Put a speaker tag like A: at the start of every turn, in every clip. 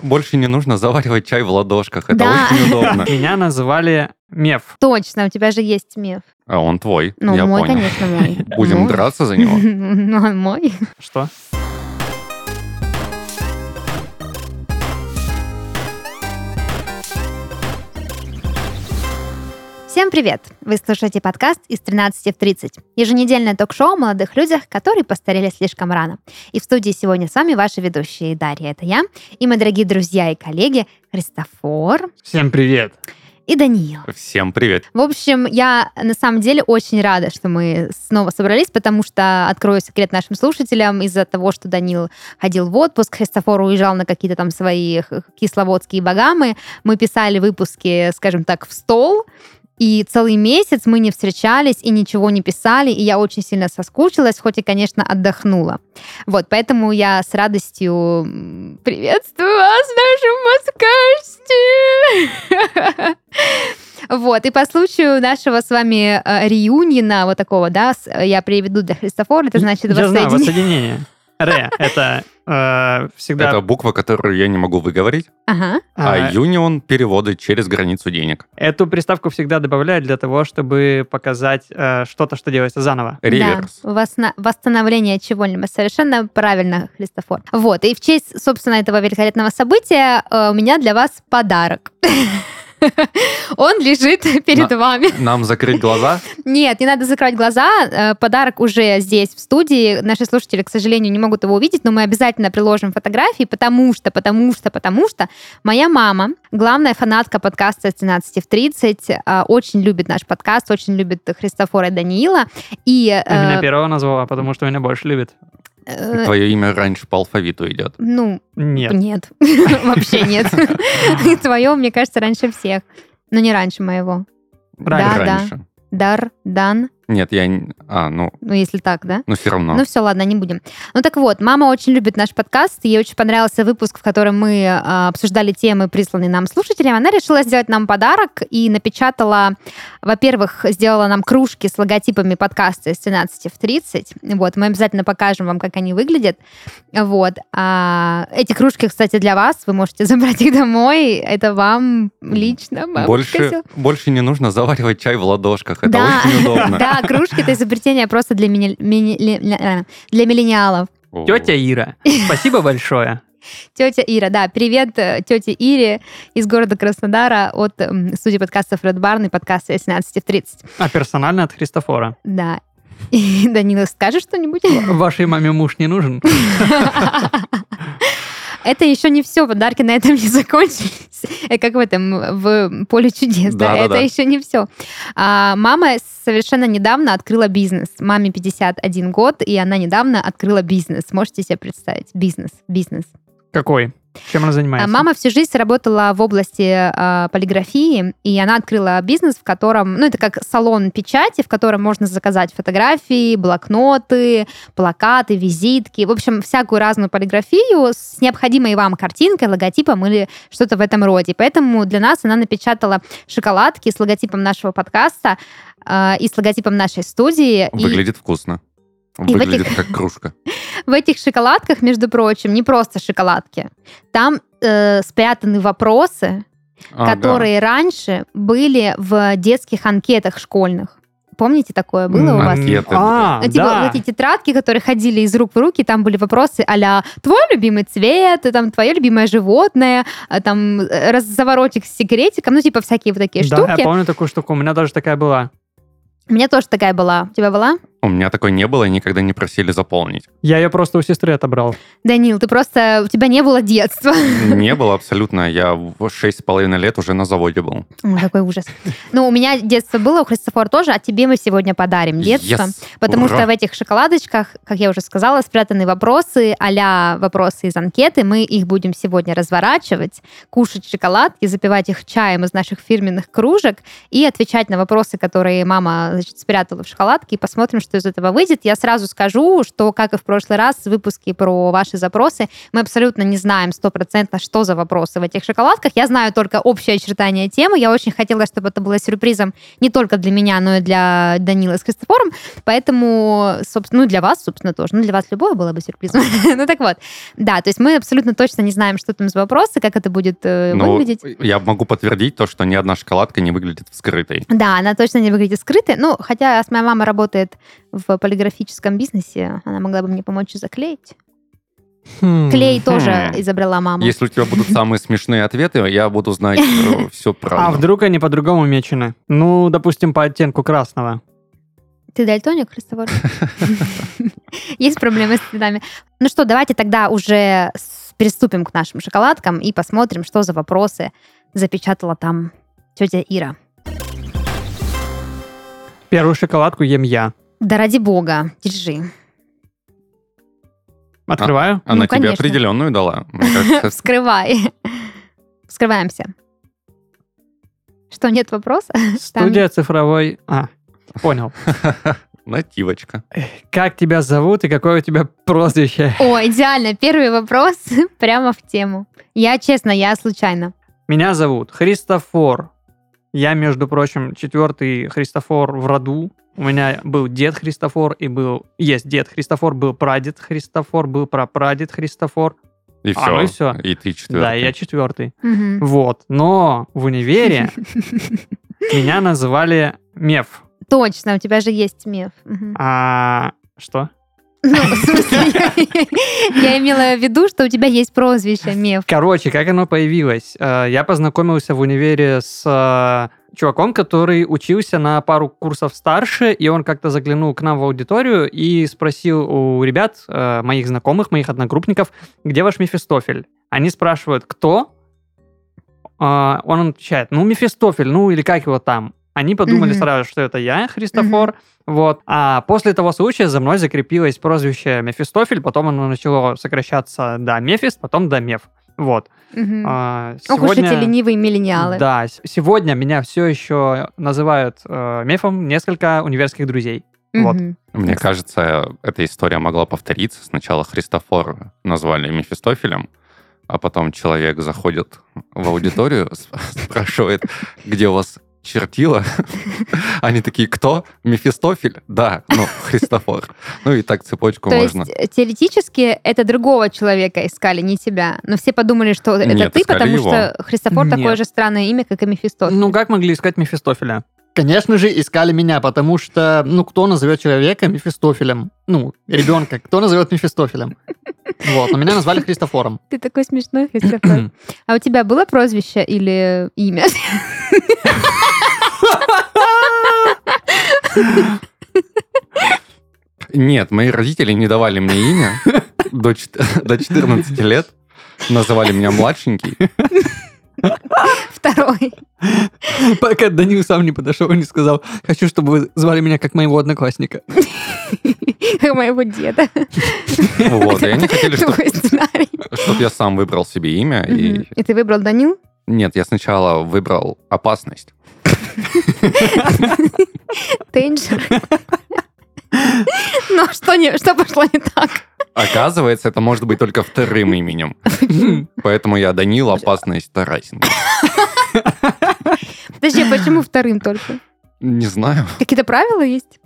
A: больше не нужно заваривать чай в ладошках. Это
B: Да.
A: очень удобно.
C: Меня называли Меф.
B: Точно, у тебя же есть миф.
A: А он твой,
B: Ну,
A: я
B: мой,
A: понял.
B: конечно, мой.
A: Будем
B: Мой.
A: драться за него.
B: Ну, он мой.
C: Что?
B: Всем привет! Вы слушаете подкаст «Из 13 в 30». Еженедельное ток-шоу о молодых людях, которые постарели слишком рано. И в студии сегодня с вами ваши ведущие Дарья, это я, и мои дорогие друзья и коллеги Христофор
C: Всем привет.
B: и Даниил.
A: Всем привет.
B: В общем, я на самом деле очень рада, что мы снова собрались, потому что, открою секрет нашим слушателям, из-за того, что Данил ходил в отпуск, Христофор уезжал на какие-то там свои х- кисловодские багамы, мы писали выпуски, скажем так, в стол, и целый месяц мы не встречались и ничего не писали, и я очень сильно соскучилась, хоть и, конечно, отдохнула. Вот, поэтому я с радостью м, приветствую вас в нашем подкасте! Вот, и по случаю нашего с вами э, реюнина, вот такого, да, с- я приведу для Христофора, это значит
C: Я знаю,
B: воссоединение.
C: воссоединение. Ре — это э,
A: Это
C: всегда...
A: буква, которую я не могу выговорить.
B: Ага.
A: А
C: э,
A: юнион переводы через границу денег.
C: Эту приставку всегда добавляют для того, чтобы показать э, что-то, что делается заново.
A: Реверс.
B: Да, восна- восстановление чего-либо. Совершенно правильно, Христофор. Вот, и в честь, собственно, этого великолепного события э, у меня для вас подарок. Он лежит перед
A: На-
B: вами.
A: Нам закрыть глаза?
B: Нет, не надо закрывать глаза. э, Подарок уже здесь, в студии. Наши слушатели, к сожалению, не могут его увидеть, но мы обязательно приложим фотографии, потому что, потому что, потому что моя мама, главная фанатка подкаста с 13 в 30, э, очень любит наш подкаст, очень любит Христофора и Даниила. И, э,
C: Ты меня первого назвала, потому что меня больше любит.
B: э,
A: Твое имя раньше по алфавиту идет.
B: ну,
C: Нет.
B: нет. Вообще нет. Твое, мне кажется, раньше всех. Но не раньше моего. Да, да.
A: Раньше.
B: Дар, Дан,
A: Нет, я... не- А, ну,
B: ну если так, да?
A: ну все равно.
B: Ну все, ладно, не будем. Ну так вот, мама очень любит наш подкаст, ей очень понравился выпуск, в котором мы э, обсуждали темы, присланные нам слушателям. Она решила сделать нам подарок и напечатала, во-первых, сделала нам кружки с логотипами подкаста из 13 в 30. Вот, мы обязательно покажем вам, как они выглядят. Вот. А, эти кружки, кстати, для вас, вы можете забрать их домой, это вам лично. бабушка
A: больше,
B: сделала.
A: больше не нужно заваривать чай в ладошках. Это
B: Да.
A: очень удобно.
B: Да, кружки это изобретение просто для, мини- мини- ля- для миллениалов.
A: О.
C: Тетя Ира, спасибо большое.
B: Тетя Ира, да, привет э, тете Ире из города Краснодара от м, студии подкастов Red Barn и подкаста 17 в 30.
C: А персонально от Христофора.
B: Да. И, Данила, скажешь что-нибудь?
C: Вашей маме муж не нужен.
B: Это еще не все, подарки на этом не закончились. Э, Как в этом, в поле чудес, да?
A: Да-да-да.
B: Это еще не все. мама совершенно недавно открыла бизнес. Маме 51 год, и она недавно открыла бизнес. Можете себе представить? Бизнес, бизнес.
C: Какой? Чем она
B: А
C: занимается?
B: Мама всю жизнь работала в области э, полиграфии, и она открыла бизнес, в котором, ну, это как салон печати, в котором можно заказать фотографии, блокноты, плакаты, визитки, в общем, всякую разную полиграфию с необходимой вам картинкой, логотипом или что-то в этом роде. Поэтому для нас она напечатала шоколадки с логотипом нашего подкаста э, и с логотипом нашей студии. И-
A: Выглядит вкусно.
B: в этих-
A: Выглядит как кружка.
B: в этих шоколадках, между прочим, не просто шоколадки. Там э, спрятаны вопросы,
A: Ага.
B: которые раньше были в детских анкетах школьных. Помните такое было у вас?
A: М, Анкеты.
C: А,
B: Ну, типа
C: да.
B: вот эти тетрадки, которые ходили из рук в руки, там были вопросы а «Твой любимый цвет?», там «Твое любимое животное?», а, там э, раз- «Заворотик с секретиком», ну, типа всякие вот такие
C: Да, я
B: штуки.
C: помню такую штуку. У меня даже такая была.
B: У меня тоже такая была. У тебя была?
A: У меня такой не было, и никогда не просили заполнить.
C: Я ее просто у сестры отобрал.
B: Данил, ты просто... У тебя не было детства.
A: Не было абсолютно. Я в шесть с половиной лет уже на заводе был.
B: Ой, какой ужас. Ну, у меня детство было, у Христофора тоже, а тебе мы сегодня подарим детство.
A: Yes.
B: Потому
A: Ура.
B: что в этих шоколадочках, как я уже сказала, спрятаны вопросы, а вопросы из анкеты. Мы их будем сегодня разворачивать, кушать шоколадки, запивать их чаем из наших фирменных кружек и отвечать на вопросы, которые мама значит, спрятала в шоколадке, и посмотрим, что что из этого выйдет. Я сразу скажу, что, как и в прошлый раз, в выпуске про ваши запросы, мы абсолютно не знаем стопроцентно, что за вопросы в этих шоколадках. Я знаю только общее очертание темы. Я очень хотела, чтобы это было сюрпризом не только для меня, но и для Данила с Христофором. Поэтому, собственно, ну, для вас, собственно, тоже. Ну, для вас любое было бы сюрпризом. Ну, так вот. Да, то есть мы абсолютно точно не знаем, что там за вопросы, как это будет э,
A: Ну,
B: выглядеть.
A: я могу подтвердить то, что ни одна шоколадка не выглядит вскрытой.
B: Да, она точно не выглядит скрытой. Ну, хотя раз моя мама работает в полиграфическом бизнесе, она могла бы мне помочь и заклеить. Клей тоже изобрела мама.
A: Если у тебя будут самые смешные ответы, я буду знать все правду.
C: А вдруг они по-другому мечены? Ну, допустим, по оттенку красного.
B: Ты дальтоник, Христофор? Есть проблемы с цветами. Ну что, давайте тогда уже с- приступим к нашим шоколадкам и посмотрим, что за вопросы запечатала там тетя Ира.
C: Первую шоколадку ем я.
B: Да ради бога, держи.
C: Открываю.
A: Она
B: Ну,
A: тебе
B: конечно.
A: определенную дала. Мне кажется,
B: Вскрывай. Вскрываемся. Что, нет вопроса?
C: Студия цифровой... А, понял.
A: нативочка.
C: Как тебя зовут и какое у тебя прозвище?
B: О, идеально, первый вопрос прямо в тему. Я честно, я случайно.
C: Меня зовут Христофор. Я, между прочим, четвертый Христофор в роду. У меня был дед Христофор и был... Есть дед Христофор, был прадед Христофор, был прапрадед Христофор.
A: И
C: А,
A: все.
C: ну и всё.
A: И ты четвертый.
C: Да, я четвертый.
B: Мгм.
C: Вот. Но в универе меня называли Меф.
B: Точно, у тебя же есть миф. Мгм.
C: А... Что?
B: Ну, в смысле, я- я имела в виду, что у тебя есть прозвище миф.
C: Короче, как оно появилось? Э, Я познакомился в универе с э, чуваком, который учился на пару курсов старше, и он как-то заглянул к нам в аудиторию и спросил у ребят, э, моих знакомых, моих одногруппников, где ваш Мефистофель? Они спрашивают, кто? А, Он отвечает, ну, Мефистофель, ну, или как его там? Они подумали
B: Мгм.
C: сразу, что это я, Христофор, вот. А после того случая за мной закрепилось прозвище Мефистофель, потом оно начало сокращаться до Мефис, потом до Меф. Вот.
B: Мгм.
C: А,
B: Ох уж эти ленивые миллениалы.
C: Да, с- сегодня меня все еще называют э, Мефом несколько универских друзей. вот.
B: Мгм.
A: Мне кажется, эта история могла повториться. Сначала Христофор назвали Мефистофелем, а потом человек заходит в аудиторию, с- спрашивает, где у вас чертила. Они такие, кто? Мефистофель? Да, ну, Христофор. Ну и так цепочку
B: То
A: можно.
B: есть, э, теоретически, это другого человека искали, не тебя. Но все подумали, что это
A: Нет,
B: ты,
A: искали
B: потому
A: его.
B: что Христофор такое
C: Нет.
B: же странное имя, как и Мефистофель.
C: Ну, как могли искать Мефистофеля?
D: Конечно же, искали меня, потому что, ну, кто назовет человека Мефистофелем? Ну, ребенка, кто назовет Мефистофелем? Вот, но меня назвали Христофором.
B: Ты такой смешной, Христофор. А у тебя было прозвище или имя?
A: Нет, мои родители не давали мне имя до чет- до 14 лет. Называли меня младшенький.
B: Второй.
D: Пока Данил сам не подошел и не сказал, хочу, чтобы вы звали меня как моего одноклассника.
B: Моего деда.
A: Вот, и они хотели, чтобы
B: Такой сценарий.
A: я сам выбрал себе имя.
B: Мгм.
A: И
B: И ты выбрал Данил?
A: Нет, я сначала выбрал опасность.
B: Тейнджер. Ну, а что, не, что пошло не так?
A: Оказывается, это может быть только вторым именем.
C: Ну,
A: Поэтому я Данил Опасность Тарасенко.
B: Подожди, а почему вторым только?
A: Не знаю.
B: Какие-то правила есть?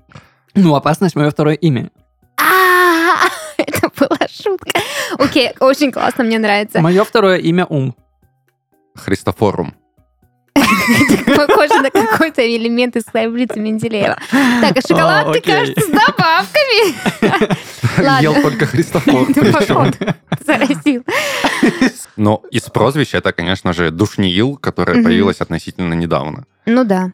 D: Ну, опасность мое второе имя.
B: А, это была шутка. Окей, очень классно, мне нравится.
C: Мое второе имя Ум.
A: Христофорум.
B: Похоже на какой-то элемент из таблицы Менделеева. Так, а шоколадка,
C: окей.
B: кажется, с добавками. Ладно.
A: Ел только Христофор.
B: Ну,
A: причем.
B: походу, Заразил.
A: Но из прозвища это, конечно же, Душниил, которое
B: Мгм.
A: появилось относительно недавно.
B: Ну да.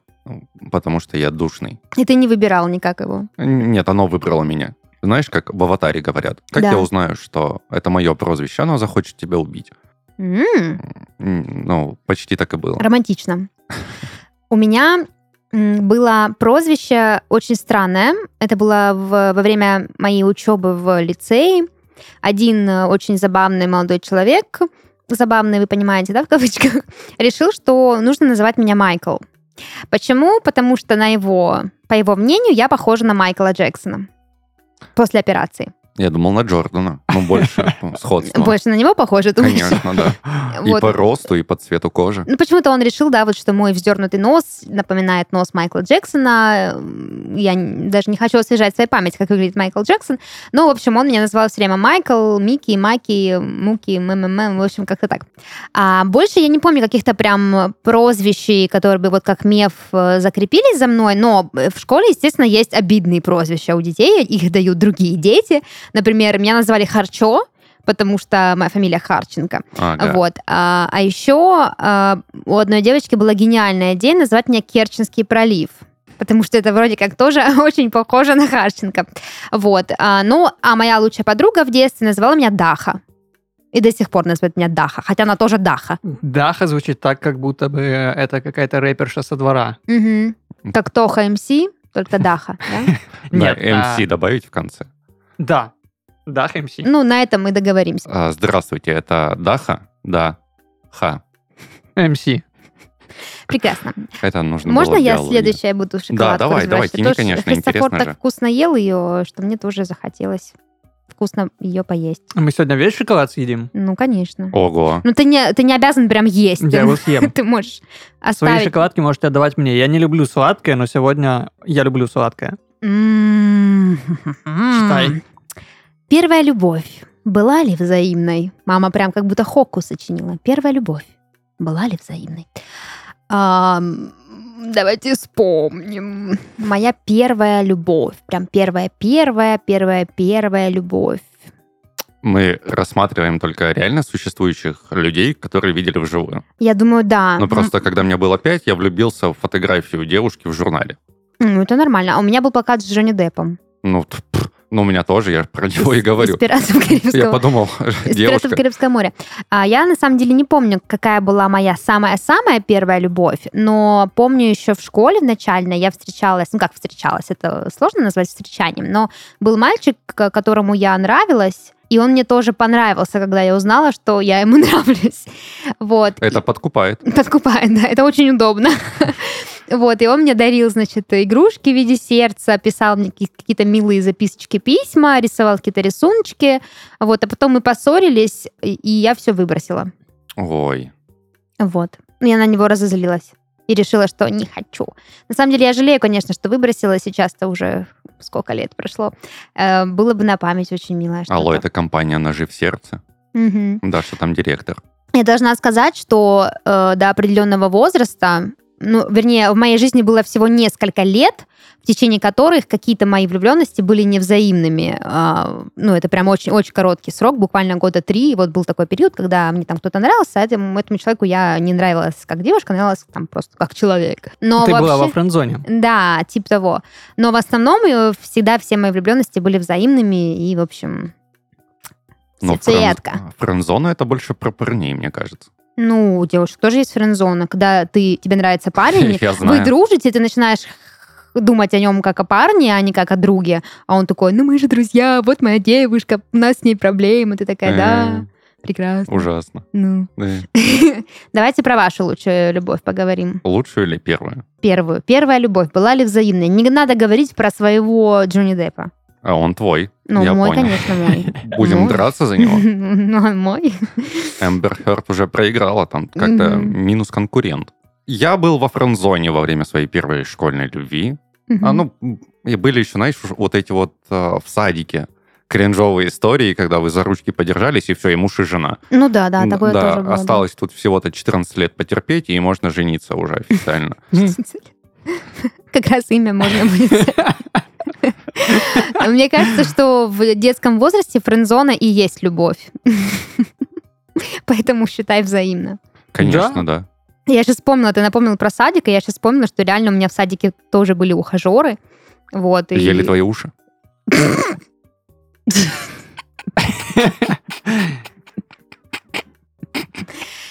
A: Потому что я душный.
B: И ты не выбирал никак его.
A: Нет, оно выбрало меня. Знаешь, как в аватаре говорят? Как
B: Да.
A: я узнаю, что это мое прозвище? Оно захочет тебя убить.
B: М.
A: М, Ну, почти так и было.
B: Романтично. У меня м, было прозвище очень странное. Это было в- во время моей учебы в лицее. Один э, очень забавный молодой человек, забавный, вы понимаете, да, в кавычках, решил, что нужно называть меня Майкл. Почему? Потому что на его, по его мнению, я похожа на Майкла Джексона после операции.
A: Я думал на Джордана, ну больше ну, сходства.
B: Больше на него похоже, думаешь?
A: Конечно, да. И
B: Вот.
A: по росту, и по цвету кожи.
B: Ну, почему-то он решил, да, вот что мой вздернутый нос напоминает нос Майкла Джексона. М, Я н- даже не хочу освежать в своей памяти, как выглядит Майкл Джексон. Но, в общем, он меня называл все время Майкл, Микки, Маки, Муки, МММ, в общем, как-то так. А больше я не помню каких-то прям прозвищ, которые бы вот как меф э, закрепились за мной, но э, в школе, естественно, есть обидные прозвища у детей, их дают другие дети. Например, меня назвали Харчо, потому что моя фамилия Харченко.
A: Ага.
B: Вот. А, а еще а, у одной девочки была гениальная идея назвать меня Керченский пролив. Потому что это вроде как тоже очень похоже на Харченко. Вот. А, ну, а моя лучшая подруга в детстве называла меня Даха. И до сих пор называет меня Даха, хотя она тоже Даха.
C: Даха звучит так, как будто бы это какая-то рэперша со двора.
B: Мгм. Как Тоха МС, только Даха.
A: Да,
B: да?
C: Нет, а,
A: МС добавить в конце.
C: Да. Даха МС.
B: Ну, на этом мы договоримся.
A: А, Здравствуйте, это Даха? Да. Ха.
C: МС.
B: Прекрасно.
A: Это нужно
B: Можно
A: было в
B: я
A: диалоге.
B: следующая буду шоколадку
A: давай,
B: разворачивать?
A: давай, тяни,
B: Потому что
A: конечно,
B: Христофор
A: интересно
B: так
A: же.
B: вкусно ел ее, что мне тоже захотелось вкусно ее поесть.
C: Мы сегодня весь шоколад съедим?
B: Ну, конечно.
A: Ого.
B: Ну, ты не, ты не обязан прям есть.
C: Я его съем.
B: Ты можешь
C: Свои
B: оставить.
C: шоколадки можете отдавать мне. Я не люблю сладкое, но сегодня я люблю сладкое.
B: М.
C: Читай.
B: Первая любовь. Была ли взаимной? Мама прям как будто хокку сочинила. Первая любовь. Была ли взаимной? Ам, Давайте вспомним. Моя первая любовь. Прям первая-первая, первая-первая любовь.
A: Мы рассматриваем только реально существующих людей, которые видели вживую.
B: Я думаю, да.
A: Ну, просто, когда мне было пять, я влюбился в фотографию девушки в журнале.
B: М, это нормально. А у меня был плакат с Джонни Деппом.
A: Ну, т- пф, ну, у меня тоже, я про него и
B: Из
A: говорю.
B: «Пиратов Карибского
A: Я подумал,
B: Из «Пиратов
A: девушка.
B: Карибского моря». А я на самом деле не помню, какая была моя самая-самая первая любовь, но помню еще в школе в начальной я встречалась, ну как встречалась, это сложно назвать встречанием, но был мальчик, к- которому я нравилась, и он мне тоже понравился, когда я узнала, что я ему нравлюсь. Вот.
A: Это подкупает.
B: Подкупает, да, это очень удобно. Вот, и он мне дарил, значит, игрушки в виде сердца, писал мне ки- какие-то милые записочки, письма, рисовал какие-то рисуночки. Вот, а потом мы поссорились, и и я все выбросила.
A: Ой.
B: Вот. Ну, Я на него разозлилась и решила, что не хочу. На самом деле я жалею, конечно, что выбросила. Сейчас-то уже сколько лет прошло. Э, было бы на память очень милое что-то.
A: Алло, это компания «Ножи в сердце».
B: Мгм.
A: Даша там директор.
B: Я должна сказать, что э, до определенного возраста, ну, вернее, в моей жизни было всего несколько лет, в течение которых какие-то мои влюбленности были невзаимными. А, ну, это прям очень-очень короткий срок, буквально года три. И вот был такой период, когда мне там кто-то нравился, а этому, этому человеку я не нравилась как девушка, нравилась там просто как человек. Но
C: Ты была во
B: Ну, а вообще-
C: френд-зоне.
B: Да, типа того. Но в основном э, всегда все мои влюбленности были взаимными и, в общем,
C: Ну,
A: Но
B: сердцеедка.
A: френ- Френдзона это больше про парней, мне кажется.
B: Ну, у девушек тоже есть френдзона, когда ты, тебе нравится парень,
A: Я
B: вы
A: знаю.
B: дружите, ты начинаешь думать о нем как о парне, а не как о друге. А он такой, ну мы же друзья, вот моя девушка, у нас с ней проблемы. Ты такая, да,
A: М,
B: прекрасно.
A: Ужасно.
B: Ну.
A: Э,
B: Давайте про вашу лучшую любовь поговорим.
A: Лучшую или первую?
B: Первую. Первая любовь была ли взаимной? Не надо говорить про своего Джонни Деппа.
A: А он твой.
B: Ну,
A: Я
B: мой,
A: понял.
B: конечно, мой.
A: Будем
B: Ну.
A: драться за него.
B: Ну, он мой.
A: Эмбер Хёрд уже проиграла, там как-то
B: Мгм.
A: минус конкурент. Я был во френдзоне во время своей первой школьной любви. А ну, и были еще, знаешь, уж вот эти вот э, в садике кринжовые истории, когда вы за ручки подержались, и все, и муж, и жена.
B: Ну да, да, такое
A: да,
B: тоже было. да.
A: осталось тут всего-то 14 лет потерпеть, и можно жениться уже официально.
B: Как раз имя можно будет. Мне кажется, что в детском возрасте френдзона и есть любовь. Поэтому считай взаимно.
A: Конечно, да.
B: Я сейчас вспомнила, ты напомнил про садик, и я сейчас вспомнила, что реально у меня в садике тоже были ухажеры. Вот, и...
A: Ели твои уши.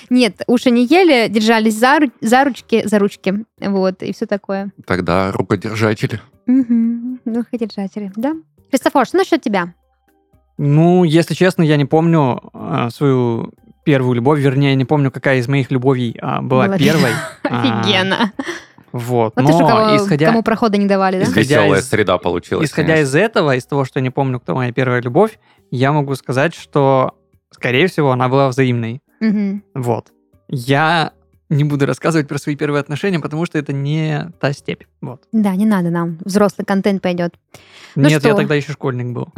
B: Нет, уши не ели, держались за, ру- за ручки, за ручки, вот, и все такое.
A: Тогда рукодержатели.
B: Мгм. Ну, хоть и держатели, да. Христофор, что насчет тебя?
C: Ну, если честно, я не помню а, свою первую любовь, вернее, не помню, какая из моих любовей а, была
B: Была
C: первой. А,
B: Офигенно. Ну,
C: Вот.
B: Вот
C: Но
B: тоже кого-
C: исходя,
B: кому прохода не давали, да?
C: Исходя
A: Веселая
C: из-
A: среда получилась.
C: исходя
A: конечно.
C: из этого, из того, что я не помню, кто моя первая любовь, я могу сказать, что, скорее всего, она была взаимной.
B: Мгм.
C: Вот. Я не буду рассказывать про свои первые отношения, потому что это не та степь. Вот.
B: Да, не надо нам. Взрослый контент пойдет. Ну
C: Нет, я
B: что?
C: тогда еще школьник был.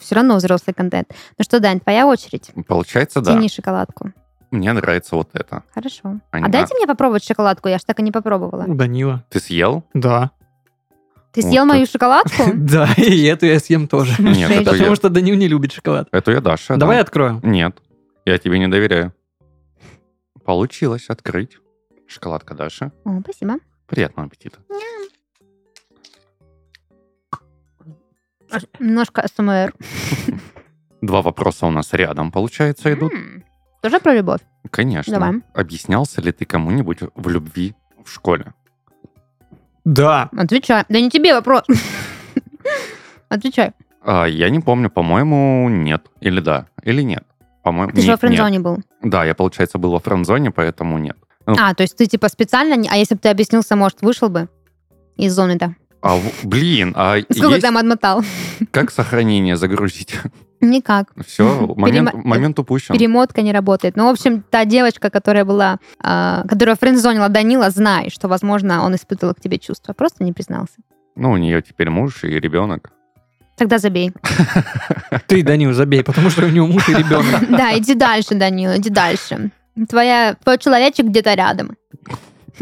B: Все равно взрослый контент. Ну что, Дань, твоя очередь.
A: Получается, да.
B: Тяни шоколадку.
A: Мне нравится вот это.
B: Хорошо.
A: Ань,
B: А дайте мне попробовать шоколадку, я ж так и не попробовала.
C: У Данила.
A: Ты съел?
C: Да.
B: Ты
A: Вот
B: съел мою
A: это-
B: шоколадку?
C: Да, и эту я съем тоже.
A: Нет,
B: Шесть.
A: это я,
C: Потому что Данил не любит шоколад.
A: это я Даша.
C: Давай
A: да.
C: откроем.
A: Нет, я тебе не доверяю. Получилось открыть. Шоколадка Даша.
B: О, спасибо.
A: Приятного аппетита.
B: Аж Немножко СМР.
A: Два вопроса у нас рядом, получается, идут.
B: Тоже про любовь?
A: Конечно.
B: Давай.
A: Объяснялся ли ты кому-нибудь в любви в школе?
C: Да.
B: Отвечай. Да не тебе вопрос. Отвечай.
A: А, я не помню, по-моему, нет. Или да, или нет. По-моему,
B: Ты же
A: нет,
B: во
A: нет.
B: френдзоне был.
A: Да, я, получается, был во френдзоне, поэтому нет.
B: А, то есть ты типа специально... не- А если бы ты объяснился, может, вышел бы из зоны-то?
A: А, в- блин, а
B: Сколько
A: есть-
B: там отмотал?
A: как сохранение загрузить?
B: Никак.
A: Все, момент,
B: Перема- э,
A: момент упущен.
B: Перемотка не работает. Ну, в общем, та девочка, которая была... а, которая френдзонила Данила, знай, что, возможно, он испытывал к тебе чувства. Просто не признался.
A: Ну, у нее теперь муж и ребенок.
B: Тогда забей.
C: А Ты, Данил, забей, потому что у него муж и ребенок.
B: Да, иди дальше, Данила, иди дальше. Твоя, твой человечек где-то рядом.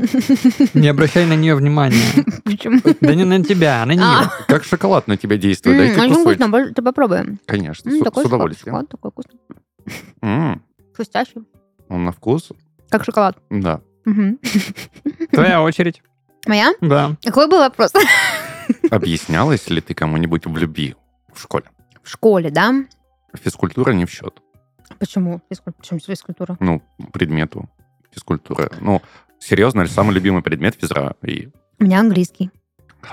C: Не обращай на нее внимания.
B: Почему?
C: Да не на тебя, а на
B: А.
C: нее.
A: Как шоколад на тебя действует,
B: М,
A: Ну, дайте
B: Очень
A: кусочек.
B: вкусно, боже, ты попробуем.
A: Конечно,
B: М,
A: с,
B: Такой
A: с
B: шоколад,
A: удовольствием.
B: шоколад такой вкусный.
A: М,
B: Хрустящий.
A: он на вкус,
B: Как шоколад.
A: да.
B: Мгм.
C: Твоя очередь.
B: Моя?
C: Да.
B: Какой был вопрос?
A: Объяснялась ли ты кому-нибудь в любви в школе?
B: В школе, да?
A: Физкультура не в счет.
B: Почему? Физкуль- Почему физкультура?
A: Ну, предмету физкультуры. Ну, серьезно, самый любимый предмет физра и
B: У меня английский.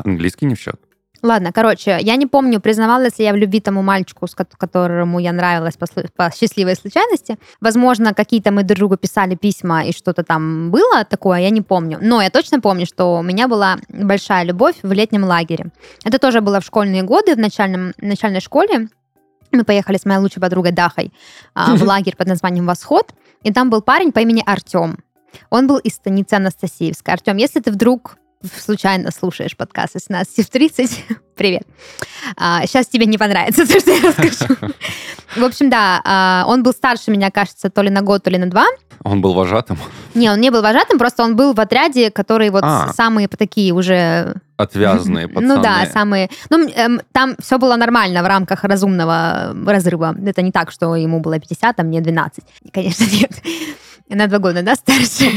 A: английский не в счет.
B: Ладно, короче, я не помню, признавалась ли я в любви тому мальчику, с кот- которому я нравилась по, слу- по счастливой случайности. Возможно, какие-то мы друг другу писали письма и что-то там было такое, я не помню. Но я точно помню, что у меня была большая любовь в летнем лагере. Это тоже было в школьные годы, в начальном, начальной школе. Мы поехали с моей лучшей подругой Дахой а, в лагерь под названием «Восход». И там был парень по имени Артем. Он был из станицы Анастасиевска. Артем, если ты вдруг случайно слушаешь подкаст из 17 в 30, привет. сейчас тебе не понравится то, что я расскажу. В общем, да, а, он был старше меня, кажется, то ли на год, то ли на два.
A: Он был вожатым.
B: Не, он не был вожатым, просто он был в отряде, который вот
A: А.
B: самые такие уже
A: Отвязные пацаны.
B: ну да, самые. Ну, эм, там все было нормально в рамках разумного э, разрыва. Это не так, что ему было 50, а мне 12. Конечно, нет. На два года, да, старше.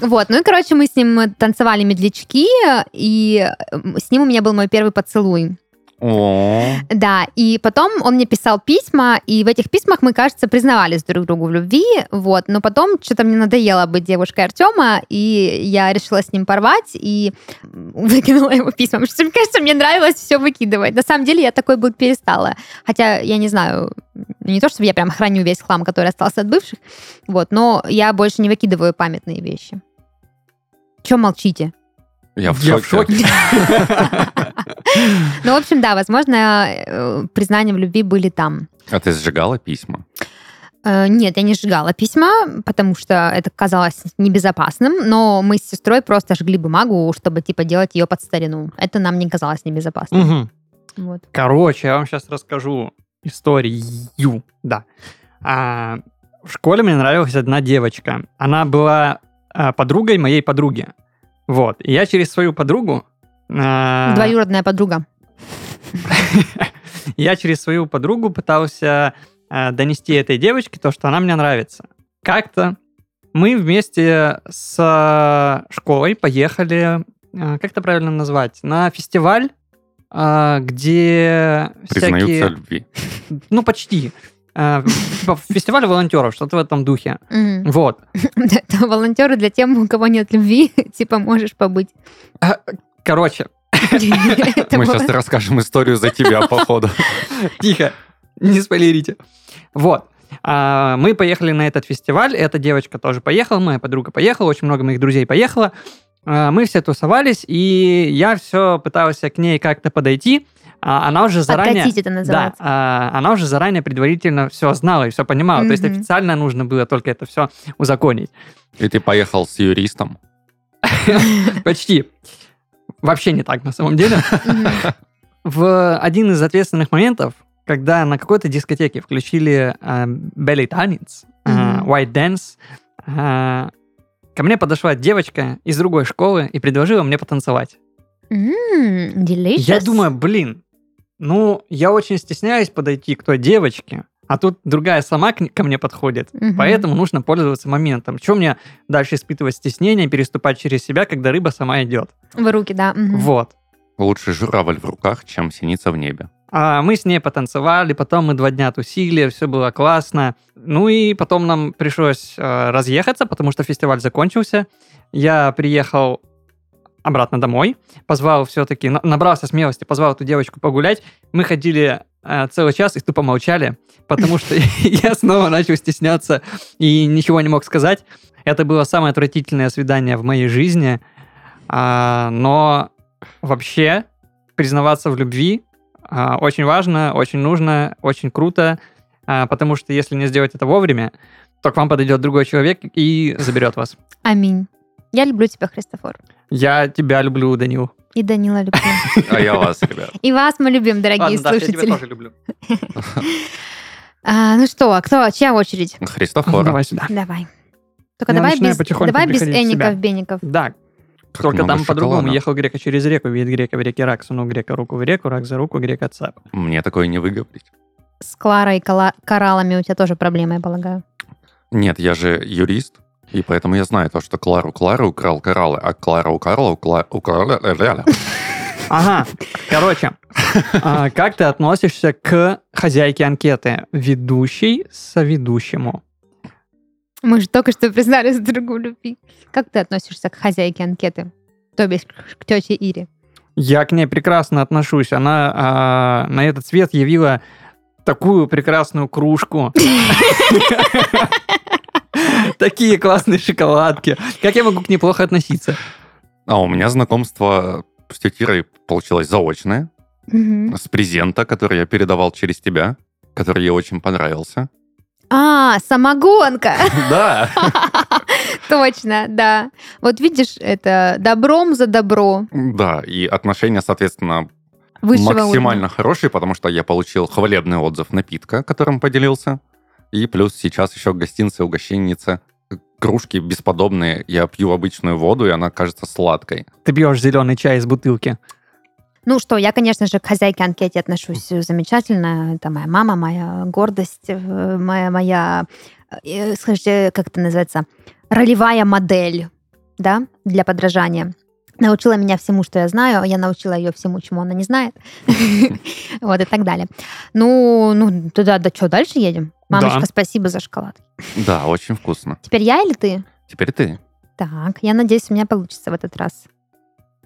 B: Вот, ну и, короче, мы с ним танцевали медлячки, и эм, с ним у меня был мой первый поцелуй.
A: О,
B: Да, и потом он мне писал письма, и в этих письмах мы, кажется, признавались друг другу в любви, вот, но потом что-то мне надоело быть девушкой Артема, и я решила с ним порвать, и выкинула его письма, потому что, мне кажется, мне нравилось все выкидывать. На самом деле я такой был перестала, хотя, я не знаю, не то, чтобы я прям храню весь хлам, который остался от бывших, вот, но я больше не выкидываю памятные вещи. Чем молчите?
A: я в
C: Я в
A: шоке.
B: Ну, в общем, да, возможно, э, признания в любви были там.
A: А ты сжигала письма?
B: Э, Нет, я не сжигала письма, потому что это казалось небезопасным, но мы с сестрой просто жгли бумагу, чтобы, типа, делать ее под старину. Это нам не казалось небезопасным.
C: Мгм.
B: Вот.
C: Короче, я вам сейчас расскажу историю. Да. А, в школе мне нравилась одна девочка. Она была а, подругой моей подруги. Вот. И я через свою подругу... а,
B: Двоюродная подруга.
C: Я через свою подругу пытался э, донести этой девочке то, что она мне нравится. Как-то мы вместе с э, школой поехали, э, как это правильно назвать, на фестиваль, э, где
A: Признаются
C: всякие-
A: любви.
C: ну почти, Э, типа фестиваль волонтеров, что-то в этом духе.
B: Мгм.
C: Вот.
B: Это волонтеры для тем, у кого нет любви, типа, можешь побыть.
C: Короче,
B: Это
A: Мы
B: было-
A: сейчас расскажем историю за тебя, походу.
C: Тихо, не спойлерите. Вот. А, Мы поехали на этот фестиваль, эта девочка тоже поехала, моя подруга поехала, очень много моих друзей поехала. э, мы все тусовались, и я все пытался к ней как-то подойти. а Она уже заранее...
B: Подкатить это
C: Да,
B: называется.
C: а, она уже заранее предварительно все знала и все понимала. То есть
B: Мгм.
C: официально нужно было только это все узаконить.
A: И ты поехал с юристом.
C: Почти. Вообще не так на самом деле.
B: Мгм.
C: В один из ответственных моментов, когда на какой-то дискотеке включили э, belly танец, э,
B: Мгм.
C: white dance, э, ко мне подошла девочка из другой школы и предложила мне потанцевать.
B: М, Delicious.
C: Я думаю, блин, ну, я очень стесняюсь подойти к той девочке, а тут другая сама к- ко мне подходит.
B: Мгм.
C: Поэтому нужно пользоваться моментом. Чего мне дальше испытывать стеснение, переступать через себя, когда рыба сама идет?
B: В руки, да. мгм.
C: Вот.
A: Лучше журавль в руках, чем синица в небе.
C: А мы с ней потанцевали, потом мы два дня тусили, все было классно. Ну и потом нам пришлось э, разъехаться, потому что фестиваль закончился. Я приехал обратно домой, позвал все-таки, набрался смелости, позвал эту девочку погулять. Мы ходили э, целый час и тупо молчали, потому что я снова начал стесняться и ничего не мог сказать. Это было самое отвратительное свидание в моей жизни. А, но вообще признаваться в любви а, очень важно, очень нужно, очень круто, а, потому что если не сделать это вовремя, то к вам подойдет другой человек и заберет вас.
B: Аминь. Я люблю тебя, Христофор.
C: Я тебя люблю, Данил.
B: И Данила люблю.
A: А я вас, ребят.
B: И вас мы любим, дорогие
C: Ладно, Даш, я тебя
B: слушатели.
C: тоже люблю.
B: А, Ну что, кто? Чья очередь?
A: Христофора.
C: Давай сюда.
B: Давай. Только
C: Я
B: давай
C: начинаю
B: без,
C: потихоньку
B: давай без
C: приходить в себя.
B: Эников, Беников.
C: Да,
A: Как
C: только
A: много
C: там по-другому.
A: шоколада.
C: Ехал грека через реку, видит грека в реке рак, сунул грека руку в реку, рак за руку, грек отца.
A: Мне такое не выговорить.
B: С Кларой и кола- кораллами у тебя тоже проблемы, я полагаю.
A: Нет, я же юрист, и поэтому я знаю то, что Клару Клара украл кораллы, а Клара у Карла украла... украла-
C: Ага, короче, а, как ты относишься к хозяйке анкеты? Ведущий соведущему.
B: Мы же только что признались другу в любви. Как ты относишься к хозяйке анкеты? То бишь к тете Ире.
C: Я к ней прекрасно отношусь. Она а, на этот свет явила такую прекрасную кружку. Такие классные шоколадки. Как я могу к ней плохо относиться?
A: А у меня знакомство с тетирой получилось заочное,
B: Мгм.
A: с презента, который я передавал через тебя, который ей очень понравился.
B: А, самогонка!
A: Да.
B: Точно, да. Вот видишь, это добром за добро
A: Да, и отношения, соответственно,
B: высшего
A: максимально
B: уровня.
A: хорошие, потому что я получил хвалебный отзыв напитка, которым поделился. И плюс сейчас еще гостинцы, угощенницы, кружки бесподобные. Я пью обычную воду, и она кажется сладкой.
C: Ты пьешь зеленый чай из бутылки.
B: Ну что, я, конечно же, к хозяйке анкете отношусь замечательно. Это моя мама, моя гордость, э, моя, моя э, скажите, как это называется, ролевая модель, да, для подражания. Научила меня всему, что я знаю, а я научила ее всему, чему она не знает. Вот и так далее. Ну, ну, туда, да что, дальше едем?
C: Да.
B: Мамочка, спасибо за шоколад.
A: Да, очень вкусно.
B: Теперь я или ты?
A: Теперь ты.
B: Так, я надеюсь, у меня получится в этот раз.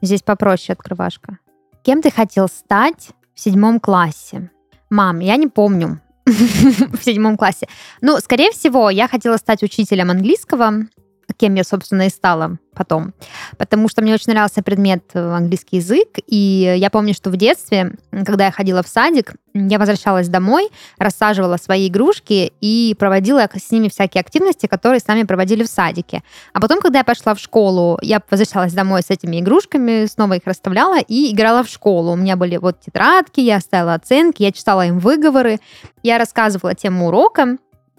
B: Здесь попроще открывашка. Кем ты хотел стать в седьмом классе? Мам, я не помню. В седьмом классе. Ну, скорее всего, я хотела стать учителем английского, кем я, собственно, и стала потом. Потому что мне очень нравился предмет э, английский язык. И я помню, что в детстве, м, когда я ходила в садик, м, я возвращалась домой, рассаживала свои игрушки и проводила с ними всякие активности, которые с нами проводили в садике. А потом, когда я пошла в школу, я возвращалась домой с этими игрушками, снова их расставляла и играла в школу. У меня были вот тетрадки, я ставила оценки, я читала им выговоры, я рассказывала тему урока.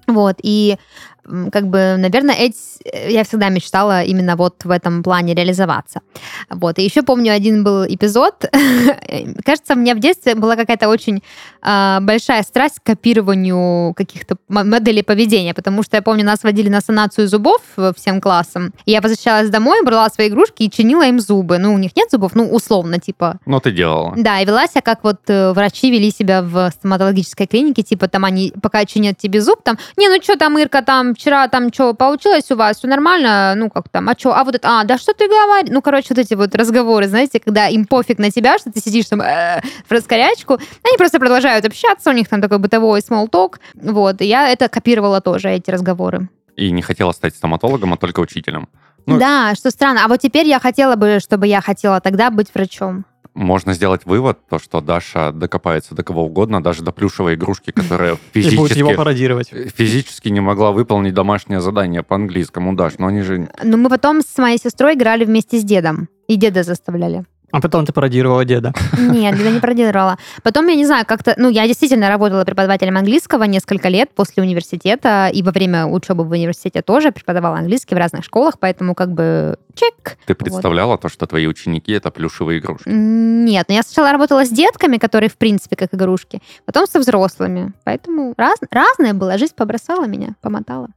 B: Вот, и м, как бы, наверное, эти- э, я всегда мечтала именно вот в этом плане реализоваться. Вот, и еще помню один был эпизод. Кажется, у меня в детстве была какая-то очень а, большая страсть к копированию каких-то м- моделей поведения, потому что я помню, нас водили на санацию зубов э, всем классом. И я возвращалась домой, брала свои игрушки и чинила им зубы. Ну, у них нет зубов, ну, условно, типа.
A: Но ты делала.
B: Да, и вела себя, как вот э, врачи вели себя в стоматологической клинике, типа там они пока чинят тебе зуб, там, не, ну что там, Ирка, там, вчера там что, получилось у вас, все нормально, ну как там, а что, а вот это, а, да что ты говоришь? Ну, короче, вот эти вот разговоры, знаете, когда им пофиг на тебя, что ты сидишь там «Э, в раскорячку, они просто продолжают общаться, у них там такой бытовой small talk, вот, и я это копировала тоже, эти разговоры.
A: И не хотела стать стоматологом, а только учителем. Ну-
B: да, что странно. А вот теперь я хотела бы, чтобы я хотела тогда быть врачом.
A: Можно сделать вывод, то, что Даша докопается до кого угодно, даже до плюшевой игрушки, которая
C: И будет его
A: физически,
C: пародировать.
A: физически не могла выполнить домашнее задание по английскому, Даш, но они же...
B: Но мы потом с моей сестрой играли вместе с дедом. И деда заставляли.
C: А потом ты пародировала деда.
B: Нет, деда не проделывала. Потом, я не знаю, как-то... Ну, я действительно работала преподавателем английского несколько лет после университета. И во время учебы в университете тоже преподавала английский в разных школах. Поэтому как бы чек.
A: Ты представляла то, что твои ученики — это плюшевые игрушки?
B: Нет, но я сначала работала с детками, которые, в принципе, как игрушки, потом со взрослыми. Поэтому раз, разная была, жизнь побросала меня, помотала.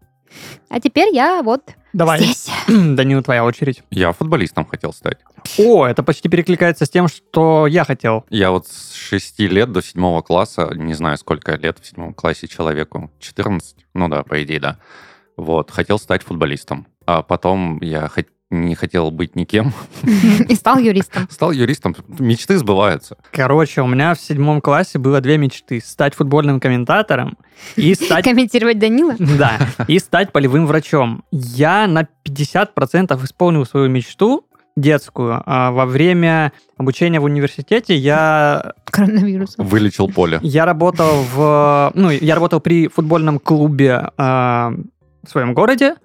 B: А теперь я вот
C: Давай.
B: здесь.
C: Данила, твоя очередь.
A: Я футболистом хотел стать.
C: О, это почти перекликается с тем, что я хотел.
A: Я вот с 6 лет до 7 класса, не знаю, сколько лет в 7 классе человеку, 14, ну да, по идее, да. Вот, хотел стать футболистом. А потом я хот- не хотел быть никем.
B: И стал юристом.
A: Стал юристом. Мечты сбываются.
C: Короче, у меня в седьмом классе было две мечты. Стать футбольным комментатором и стать...
B: Комментировать Данила?
C: Да, и стать полевым врачом. Я на 50% исполнил свою мечту детскую. А Во время обучения в университете я
B: Коронавирусу.
A: Вылечил поле.
C: Я работал в... Ну, я работал при футбольном клубе э, в своем городе.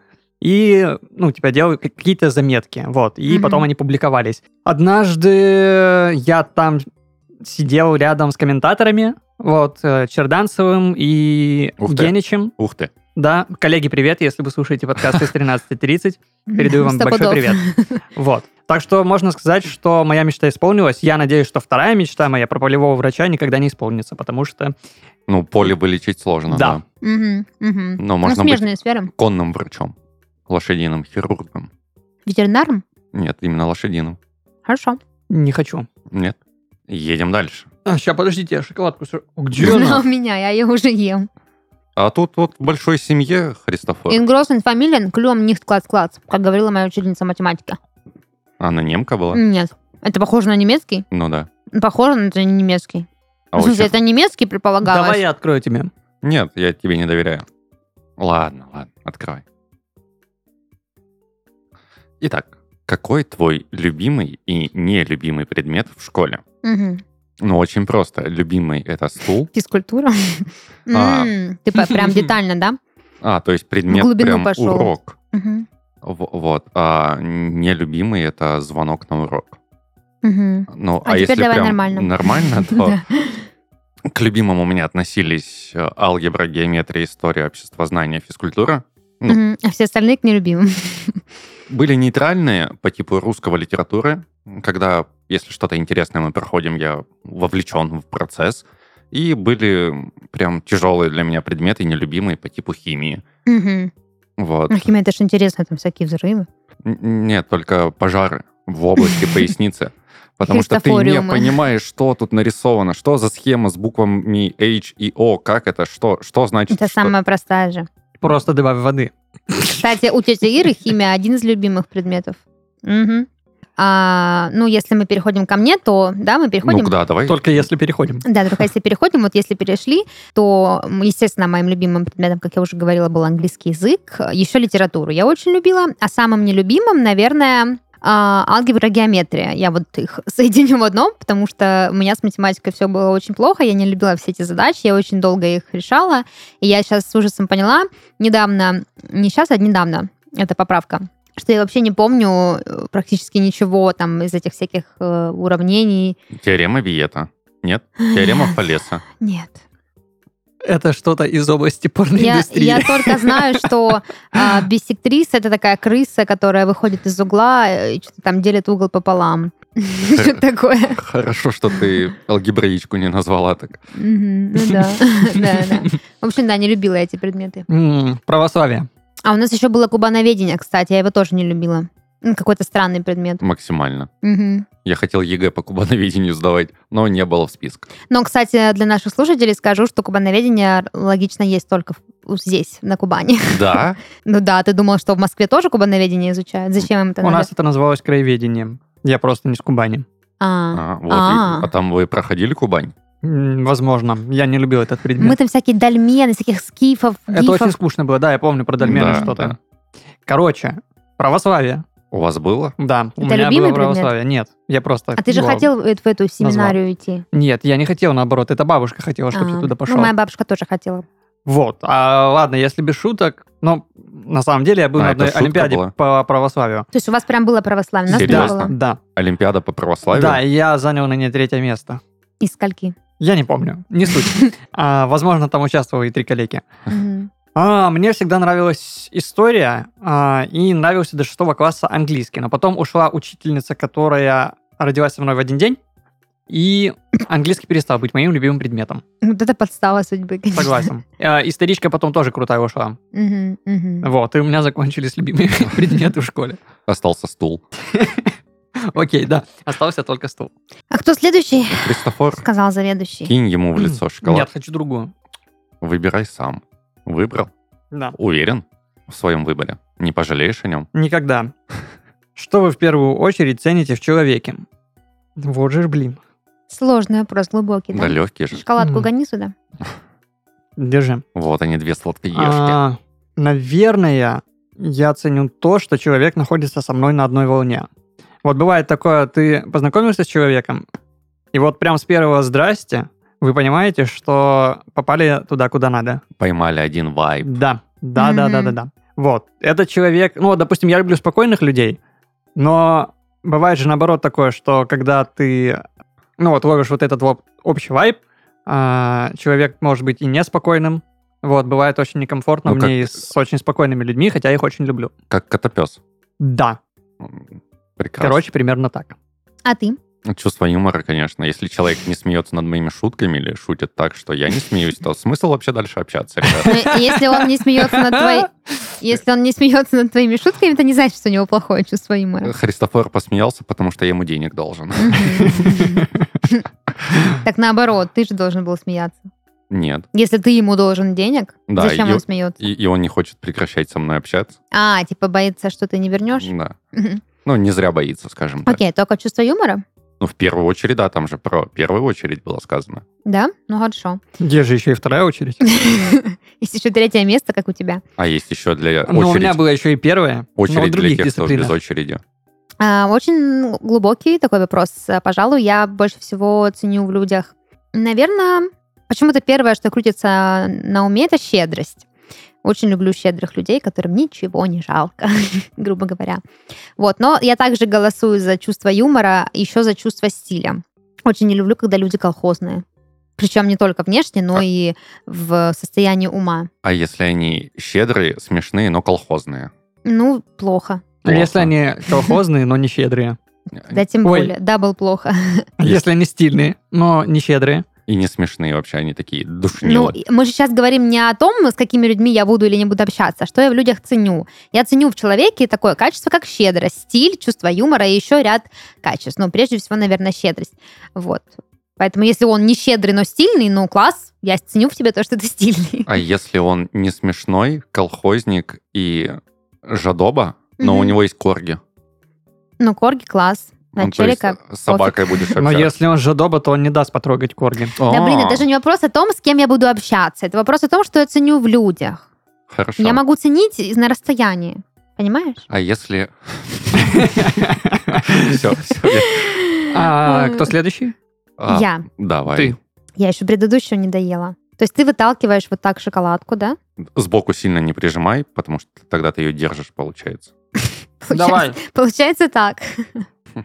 C: И, ну, типа, делал как- какие-то заметки, вот. И
B: Мгм.
C: потом они публиковались. Однажды я там сидел рядом с комментаторами, вот, э, Черданцевым и
A: Ух ты.
C: Геничем.
A: Ух ты.
C: Да, коллеги, привет, если вы слушаете подкаст из 13.30. Передаю вам
B: Сто
C: большой
B: пудов.
C: привет. Вот. Так что можно сказать, что моя мечта исполнилась. Я надеюсь, что вторая мечта моя про полевого врача никогда не исполнится, потому что
A: Ну, поле вылечить сложно, да.
C: Да.
B: Мгм, мгм.
A: Но
B: Ну,
A: можно быть
B: смежные сферы.
A: конным врачом, лошадиным хирургом.
B: Ветеринаром?
A: Нет, именно лошадиным.
B: Хорошо.
C: не хочу.
A: Нет. Едем дальше.
C: А, сейчас, подождите, я шоколадку... сор- Где
B: Она Ну, у
C: она?
B: меня, я ее уже ем.
A: А тут вот в большой семье Христофор.
B: Ингросен фамилиан, клюм них класс-класс, как говорила моя учительница математики.
A: Она немка была?
B: Нет. Это похоже на немецкий?
A: Ну да.
B: Похоже, но это не немецкий.
A: А
B: в
A: вот
B: смысле,
A: щас-
B: это немецкий предполагалось?
C: Давай я открою тебе.
A: Нет, я тебе не доверяю. Ладно, ладно, открывай. Итак, какой твой любимый и нелюбимый предмет в школе?
B: Мгм.
A: Ну, очень просто. Любимый — это стул.
B: Физкультура.
A: А.
B: М, Ты по- прям детально, да?
A: А, то есть предмет
B: В глубину
A: прям
B: пошел.
A: урок.
B: Мгм.
A: В- вот. А нелюбимый — это звонок на урок.
B: Мгм.
A: Ну, а,
B: А теперь
A: если
B: давай
A: прям
B: нормально.
A: нормально, то
B: Да.
A: к любимым у меня относились э, алгебра, геометрия, история, обществознание, физкультура. Ну.
B: Мгм. А все остальные к нелюбимым.
A: были нейтральные по типу русского литературы, когда, если что-то интересное мы проходим, я вовлечен в процесс. И были прям тяжелые для меня предметы, нелюбимые по типу химии.
B: Мгм.
A: Вот.
B: А химия, это же интересно, там всякие взрывы.
A: Н- Нет, только пожары в области поясницы. Потому что ты не
B: Христофориумы.
A: понимаешь, что тут нарисовано, что за схема с буквами H и O, как это, что, что значит.
B: Это
A: что.
B: самая простая же.
C: Просто добавь воды.
B: Кстати, у тети Иры химия один из любимых предметов. Мгм. А, ну, если мы переходим ко мне, то, да, мы переходим
A: Ну да, давай.
C: Только если переходим.
B: Да, только если переходим, вот если перешли, то, м, естественно, моим любимым предметом, как я уже говорила, был английский язык, э, еще литературу я очень любила, а самым нелюбимым, наверное, а, алгебра, геометрия. Я вот их соединю в одном, потому что у меня с математикой все было очень плохо, я не любила все эти задачи, я очень долго их решала, и я сейчас с ужасом поняла, недавно, не сейчас, а недавно, это поправка, что я вообще не помню э, практически ничего там из этих всяких э, уравнений.
A: Теорема Виета. Нет? Теорема Фалеса.
B: Нет.
C: Это что-то из области
B: Я,
C: порноиндустрии.
B: я только знаю, что а, бисектриса это такая крыса, которая выходит из угла э, и что-то там делит угол пополам. Что такое?
A: Хорошо, что ты алгебраичку не назвала так.
B: Мгм, Ну да, да, да. В общем, да, не любила я эти предметы.
C: М, Православие.
B: А у нас еще было кубановедение, кстати, я его тоже не любила. Ну, Какой-то странный предмет.
A: Максимально.
B: Мгм.
A: Я хотел ЕГЭ по кубановедению сдавать, но не было в списке.
B: Но, кстати, для наших слушателей скажу, что кубановедение логично есть только в- здесь, на Кубани.
A: Да?
B: Ну да, ты думал, что в Москве тоже кубановедение изучают? Зачем им это
C: У
B: надо?
C: нас это называлось краеведением. Я просто не с Кубани.
A: А,
B: А.
A: вот.
B: А.
A: А там вы проходили Кубань?
C: М, Возможно. Я не любил этот предмет.
B: Мы там всякие дольмены, всяких скифов,
C: Это
B: гифов.
C: очень скучно было, да, я помню про дольмены
A: Да,
C: что-то.
A: да.
C: Короче, православие.
A: У вас было?
C: Да, у
B: Это
C: меня
B: любимый предмет?
C: было православие. Нет, я просто...
B: А ты же
C: Ну,
B: хотел э, в эту семинарию идти?
C: Нет, я не хотел, наоборот. Это бабушка хотела, чтобы
B: А,
C: я туда пошел.
B: Ну, моя бабушка тоже хотела.
C: Вот. А, ладно, если без шуток, но на самом деле я был
A: А, это
C: на одной
A: шутка
C: Олимпиаде
A: была?
C: по православию.
B: То есть у вас прям было православие? У нас не
A: Серьезно?
B: было.
C: Да,
A: Олимпиада по православию?
C: да, и я занял на ней третье место.
B: Из скольки?
C: Я не помню, не суть. А, возможно, там участвовали и три коллеги.
B: Мгм.
C: А, мне всегда нравилась история, а, и нравился до шестого класса английский. Но потом ушла учительница, которая родилась со мной в один день, и английский перестал быть моим любимым предметом.
B: Ну, Вот это подстава судьбы, конечно.
C: Согласен. А, Историчка потом тоже крутая ушла.
B: Мгм, мгм.
C: Вот, и у меня закончились любимые предметы в школе.
A: Остался стул.
C: Окей, да. Остался только стул.
B: А кто следующий?
A: Христофор,
B: Сказал заведующий.
A: кинь ему в лицо
C: Нет,
A: шоколад.
C: хочу другую.
A: Выбирай сам. Выбрал?
C: Да.
A: Уверен в своем выборе? Не пожалеешь о нем?
C: Никогда. Что вы в первую очередь цените в человеке? Вот же ж, блин.
B: Сложный вопрос, глубокий.
A: Да
B: Да?
A: легкий же.
B: Шоколадку
C: Мгм.
B: гони сюда.
C: Держи.
A: Вот они, две сладкоежки.
C: А, Наверное, я ценю то, что человек находится со мной на одной волне. Вот бывает такое, ты познакомился с человеком, и вот прям с первого «здрасте» вы понимаете, что попали туда, куда надо.
A: Поймали один вайб.
C: Да, да, да, да, да,
B: Мгм.
C: да. Вот. Этот человек, ну, вот, допустим, я люблю спокойных людей, но бывает же наоборот такое, что когда ты, ну, вот ловишь вот этот вот общий вайб, а, человек может быть и неспокойным, вот, бывает очень некомфортно
A: Ну, как-
C: мне и с очень спокойными людьми, хотя я их очень люблю.
A: Как котопес.
C: Да,
A: М, Прекрасно.
C: короче, примерно так.
B: А ты?
A: Ну, Чувство юмора, конечно. Если человек не смеется над моими шутками или шутит так, что я не смеюсь, то смысл вообще дальше общаться, ребят?
B: Ну, Если он не смеется над твоей... Если он не смеется над твоими шутками, это не значит, что у него плохое чувство юмора.
A: Христофор посмеялся, потому что я ему денег должен.
B: Мгм. Так наоборот, ты же должен был смеяться.
A: Нет.
B: Если ты ему должен денег,
A: Да,
B: зачем
A: и-
B: он смеется?
A: И, и он не хочет прекращать со мной общаться.
B: А, типа боится, что ты не вернешь?
A: Да.
B: Мгм.
A: Ну, не зря боится, скажем так.
B: Окей, только чувство юмора?
A: Ну, в первую очередь, да, там же про первую очередь было сказано.
B: Да? Ну хорошо.
C: Где же еще и вторая очередь? Ну,
B: Есть еще третье место, как у тебя.
A: А есть еще для
C: Ну, у
A: очередь-
C: меня было еще и первое, но в
A: очередь для
C: других
A: тех, кто без
C: дисциплинах.
A: очереди.
B: А, Очень глубокий такой вопрос. А, Пожалуй, я больше всего ценю в людях. Наверное, почему-то первое, что крутится на уме, это щедрость. Очень люблю щедрых людей, которым ничего не жалко, грубо говоря. Вот, но я также голосую за чувство юмора, еще за чувство стиля. Очень не люблю, когда люди колхозные. Причем не только внешне, но и в состоянии ума.
A: А если они щедрые, смешные, но колхозные?
B: Ну, плохо.
A: Плохо.
C: Если они колхозные, но не щедрые.
B: Да, тем
C: Ой.
B: более. Да, был плохо.
C: Если они стильные, но не щедрые.
A: И не смешные вообще, они такие
B: Ну,
A: душнилы.
B: и мы же сейчас говорим не о том, с какими людьми я буду или не буду общаться, а что я в людях ценю. Я ценю в человеке такое качество, как щедрость, стиль, чувство юмора и еще ряд качеств. Ну, прежде всего, наверное, щедрость. Вот. Поэтому, если он не щедрый, но стильный, ну, класс, я ценю в тебе то, что ты стильный.
A: А если он не смешной, колхозник и жадоба, но
B: Мгм.
A: у него есть корги?
B: Ну, корги класс.
A: Ну, то
B: Вначале
A: есть
B: как...
A: с собакой будешь
C: Но
A: общаться?
C: если он жадоба, то он не даст потрогать корги.
B: Да, блин,
A: А,
B: это же не вопрос о том, с кем я буду общаться. Это вопрос о том, что я ценю в людях.
A: Хорошо.
B: Я могу ценить из- на расстоянии. Понимаешь?
A: А если... Все,
C: А кто следующий?
A: а.
B: Я.
A: Давай.
C: Ты.
B: Я еще предыдущую не доела. То есть ты выталкиваешь вот так шоколадку, да?
A: Сбоку сильно не прижимай, потому что тогда ты ее держишь, получается.
C: Давай.
B: Получается так.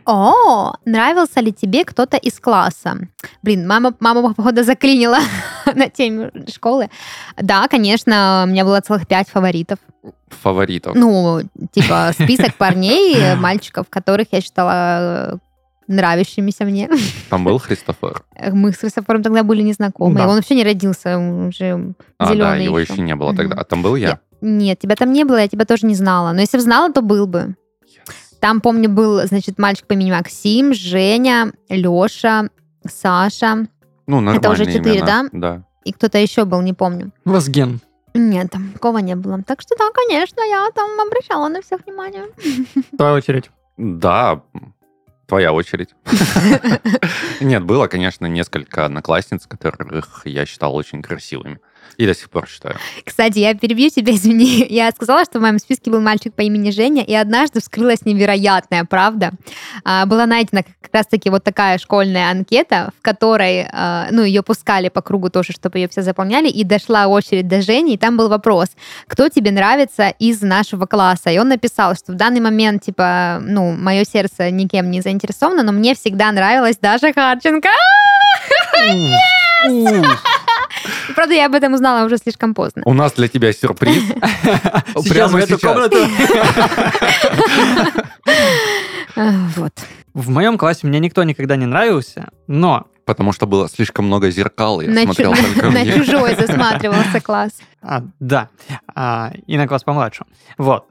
B: О, нравился ли тебе кто-то из класса? Блин, мама, мама походу, заклинила на теме школы. Да, конечно, у меня было целых пять фаворитов.
A: Фаворитов.
B: Ну, типа список парней, э, мальчиков, которых я считала э, нравящимися мне.
A: Там был Христофор.
B: Мы с Христофором тогда были незнакомы.
C: Да.
B: Он вообще не родился, он уже
A: А, да,
B: зеленый
A: его еще не было тогда.
B: Мгм.
A: А там был я?
B: Нет, тебя там не было, я тебя тоже не знала. Но если бы знала, то был бы. Там, помню, был, значит, мальчик по имени Максим, Женя, Леша, Саша
A: Ну, нормальные
B: уже четыре,
A: имена. Да.
B: и кто-то еще был, не помню.
C: Вазген.
B: Нет, там такого не было. Так что да, конечно, я там обращала на всех внимание.
C: Твоя очередь.
A: Да, твоя очередь. Нет, было, конечно, несколько одноклассниц, которых я считал очень красивыми. И до сих пор считаю.
B: Кстати, я перебью тебя, извини. Я сказала, что в моем списке был мальчик по имени Женя, и однажды вскрылась невероятная правда. А, Была найдена как раз-таки вот такая школьная анкета, в которой, а, ну, ее пускали по кругу тоже, чтобы ее все заполняли, и дошла очередь до Жени, и там был вопрос, кто тебе нравится из нашего класса? И он написал, что в данный момент, типа, ну, мое сердце никем не заинтересовано, но мне всегда нравилась Даша Харченко. Правда, я об этом узнала уже слишком поздно.
A: У нас для тебя сюрприз.
C: Сейчас в эту комнату.
B: А, Вот.
C: В моем классе мне никто никогда не нравился, но
A: Потому что было слишком много зеркал, я
B: На
A: смотрел
B: чу-
A: только
B: на
A: вниз.
B: чужой засматривался класс.
C: А, да, А, и на класс помладше. Вот.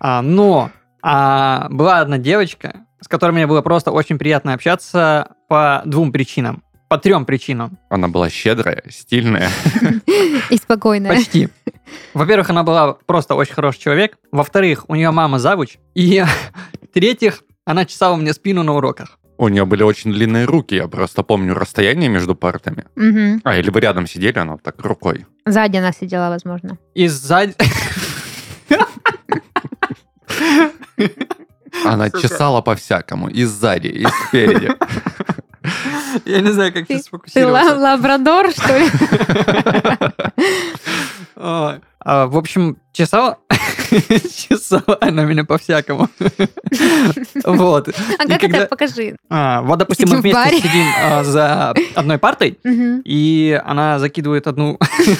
C: А, но а, была одна девочка, с которой мне было просто очень приятно общаться по двум причинам. По трем причинам.
A: Она была щедрая, стильная.
B: И спокойно.
C: Почти. Во-первых, она была просто очень хороший человек. Во-вторых, у нее мама завуч. И в-третьих, она чесала мне спину на уроках.
A: У нее были очень длинные руки, я просто помню расстояние между партами.
B: Мгм.
A: А, или вы рядом сидели, она вот так рукой.
B: Сзади она сидела, возможно.
C: И сзади...
A: Она
C: Сука.
A: чесала по-всякому, и сзади, и спереди.
C: Я не знаю, как
B: Ты-
C: сейчас
B: Ты
C: сфокусироваться.
B: ла- лабрадор, что ли?
C: А, а, В общем, чесала... Чесала она меня по-всякому. Вот.
B: А
C: И
B: как
C: когда-
B: это? Покажи.
C: А, Вот, допустим,
B: Сидим
C: мы
B: в баре.
C: вместе сидим а, за одной партой,
B: Мгм.
C: и она закидывает одну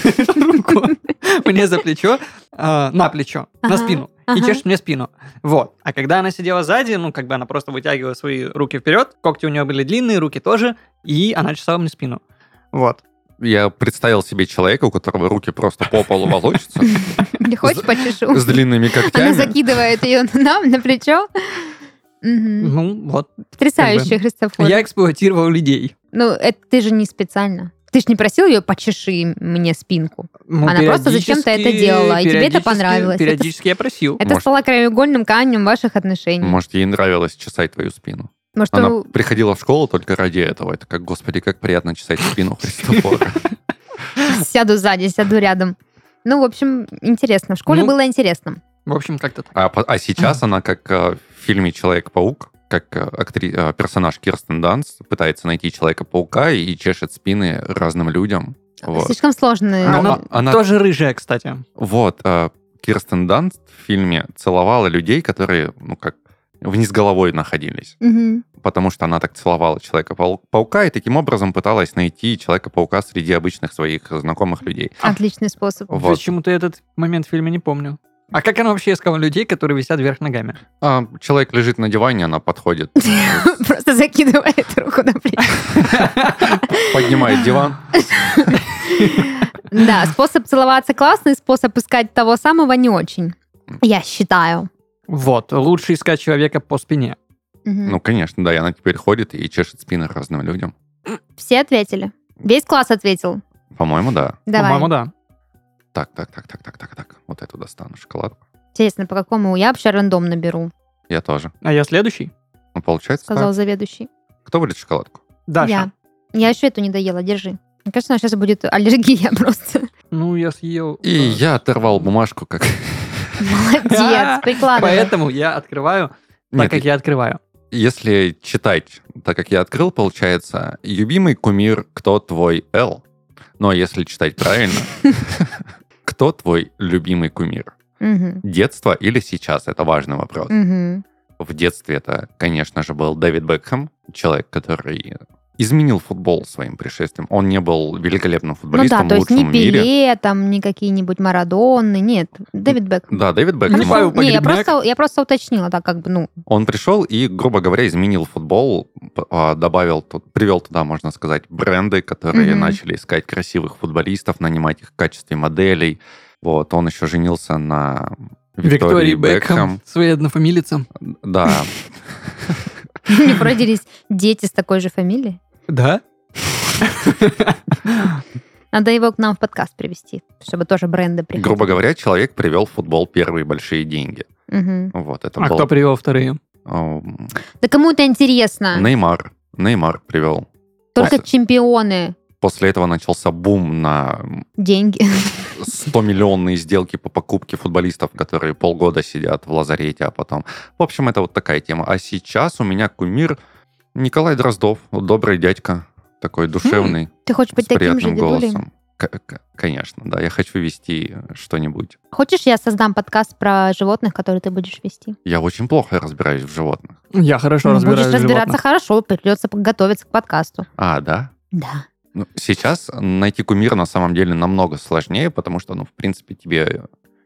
C: руку мне за плечо, а, на плечо, на
B: Ага,
C: спину, и
B: ага.
C: чешет мне спину. Вот. А когда она сидела сзади, ну, как бы она просто вытягивала свои руки вперед, когти у нее были длинные, руки тоже, и она чесала мне спину. Вот.
A: Я представил себе человека, у которого руки просто по полу волочатся,
B: Не хочешь, почешу?
A: с длинными
B: Она
A: когтями.
B: закидывает ее нам на плечо. Мгм.
C: Ну, вот.
B: Потрясающий Христофор.
C: Я эксплуатировал людей.
B: Ну, это ты же не специально. Ты же не просил ее почеши мне спинку.
C: Ну,
B: Она просто
C: периодически-
B: зачем-то это делала, и тебе это
C: периодически-
B: понравилось.
C: Периодически я просил.
B: Это
A: Может.
B: стало краеугольным камнем ваших отношений.
A: Может, ей нравилось чесать твою спину.
B: Может,
A: Она
B: у-
A: приходила в школу только ради этого. Это как, господи, как приятно чесать спину Христофора.
B: сяду сзади, сяду рядом. Ну, в общем, интересно. В школе
C: Ну.
B: было интересно.
C: В общем, как-то так.
A: А, по- а сейчас она, как э, в фильме Человек-паук, как э, актри- э, персонаж Кирстен Данс, пытается найти Человека-паука и чешет спины разным людям. Вот.
B: Слишком сложно.
A: Ну,
C: Она,
A: а- она-
C: тоже рыжая, кстати.
A: Вот, э, Кирстен Данст в фильме целовала людей, которые, ну, как вниз головой находились,
B: Мгм.
A: потому что она так целовала Человека-паука и таким образом пыталась найти Человека-паука среди обычных своих знакомых людей.
B: Отличный способ.
A: Вот.
C: Почему-то этот момент в фильме не помню. А как она вообще искала людей, которые висят вверх ногами?
A: А, человек лежит на диване, она подходит,
B: Просто закидывает руку на плечо.
A: поднимает диван.
B: Да, способ целоваться классный, способ искать того самого не очень. Я считаю.
C: Вот, лучше искать человека по спине.
B: Мгм.
A: Ну, конечно, да, и она теперь ходит и чешет спины разным людям.
B: Все ответили. Весь класс ответил.
A: По-моему, да.
B: Давай.
C: По-моему, да.
A: Так, так, так, так, так, так, так. Вот эту достану шоколадку.
B: Интересно, по какому я вообще рандом наберу,
A: Я тоже.
C: А я следующий?
A: Ну, получается
B: сказал
A: так.
B: заведующий.
A: Кто будет шоколадку?
C: Даша.
B: Я. Я еще эту не доела, держи. Мне кажется, у нас сейчас будет аллергия просто.
C: Ну, я съел.
A: И
C: э,
A: я оторвал бумажку, как...
B: Молодец, прикладывай.
C: Поэтому я открываю так,
A: Нет,
C: как я открываю.
A: если читать, так как я открыл, получается, «Любимый кумир, кто твой Л?» Но если читать правильно, кто твой любимый кумир?
B: Мгм.
A: Детство или сейчас? Это важный вопрос.
B: Мгм.
A: В детстве это, конечно же, был Дэвид Бекхэм, человек, который изменил футбол своим пришествием. Он не был великолепным
B: Ну
A: футболистом,
B: да, то есть
A: лучшим
B: не
A: в мире.
B: Пеле, там, не какие-нибудь Марадонны, нет, Дэвид Бекхэм.
A: Да, Дэвид
B: Ну,
A: Бекхэм.
C: Павел
B: что- Не, я
C: Погребняк.
B: просто, я просто уточнила, так как бы, ну,
A: Он пришел и, грубо говоря, изменил футбол, п- а, добавил, тут, привел туда, можно сказать, бренды, которые
B: Мгм.
A: начали искать красивых футболистов, нанимать их в качестве моделей. Вот, он еще женился на Виктории, Бекхэм.
C: Своей однофамилицам.
A: Да,
B: у них родились дети с такой же фамилией.
C: Да?
B: Надо его к нам в подкаст привести, чтобы тоже бренды приходили.
A: грубо говоря, человек привел в футбол первые большие деньги.
B: Мгм.
A: Вот, это
C: А
A: был
C: кто привел вторые?
A: эм, Ну,
B: Да кому это интересно?
A: Неймар. Неймар привел.
B: Только
A: После-
B: чемпионы.
A: после этого начался бум на
B: Деньги.
A: 100-миллионные сделки по покупке футболистов, которые полгода сидят в лазарете, а потом... В общем, это вот такая тема. А сейчас у меня кумир Николай Дроздов, вот добрый дядька, такой душевный,
B: Ты хочешь
A: с
B: быть Хм, типа таким же
A: приятным
B: дедулей?
A: голосом. К- к- Конечно, да, я хочу вести что-нибудь.
B: Хочешь, я создам подкаст про животных, которые ты будешь вести?
A: Я очень плохо разбираюсь в животных.
C: Я хорошо
B: Будешь
C: разбираюсь в
B: разбираться
C: животных.
B: хорошо, придется готовиться к подкасту.
A: А, да?
B: Да.
A: Ну, сейчас найти кумира на самом деле намного сложнее, потому что, ну, в принципе, тебе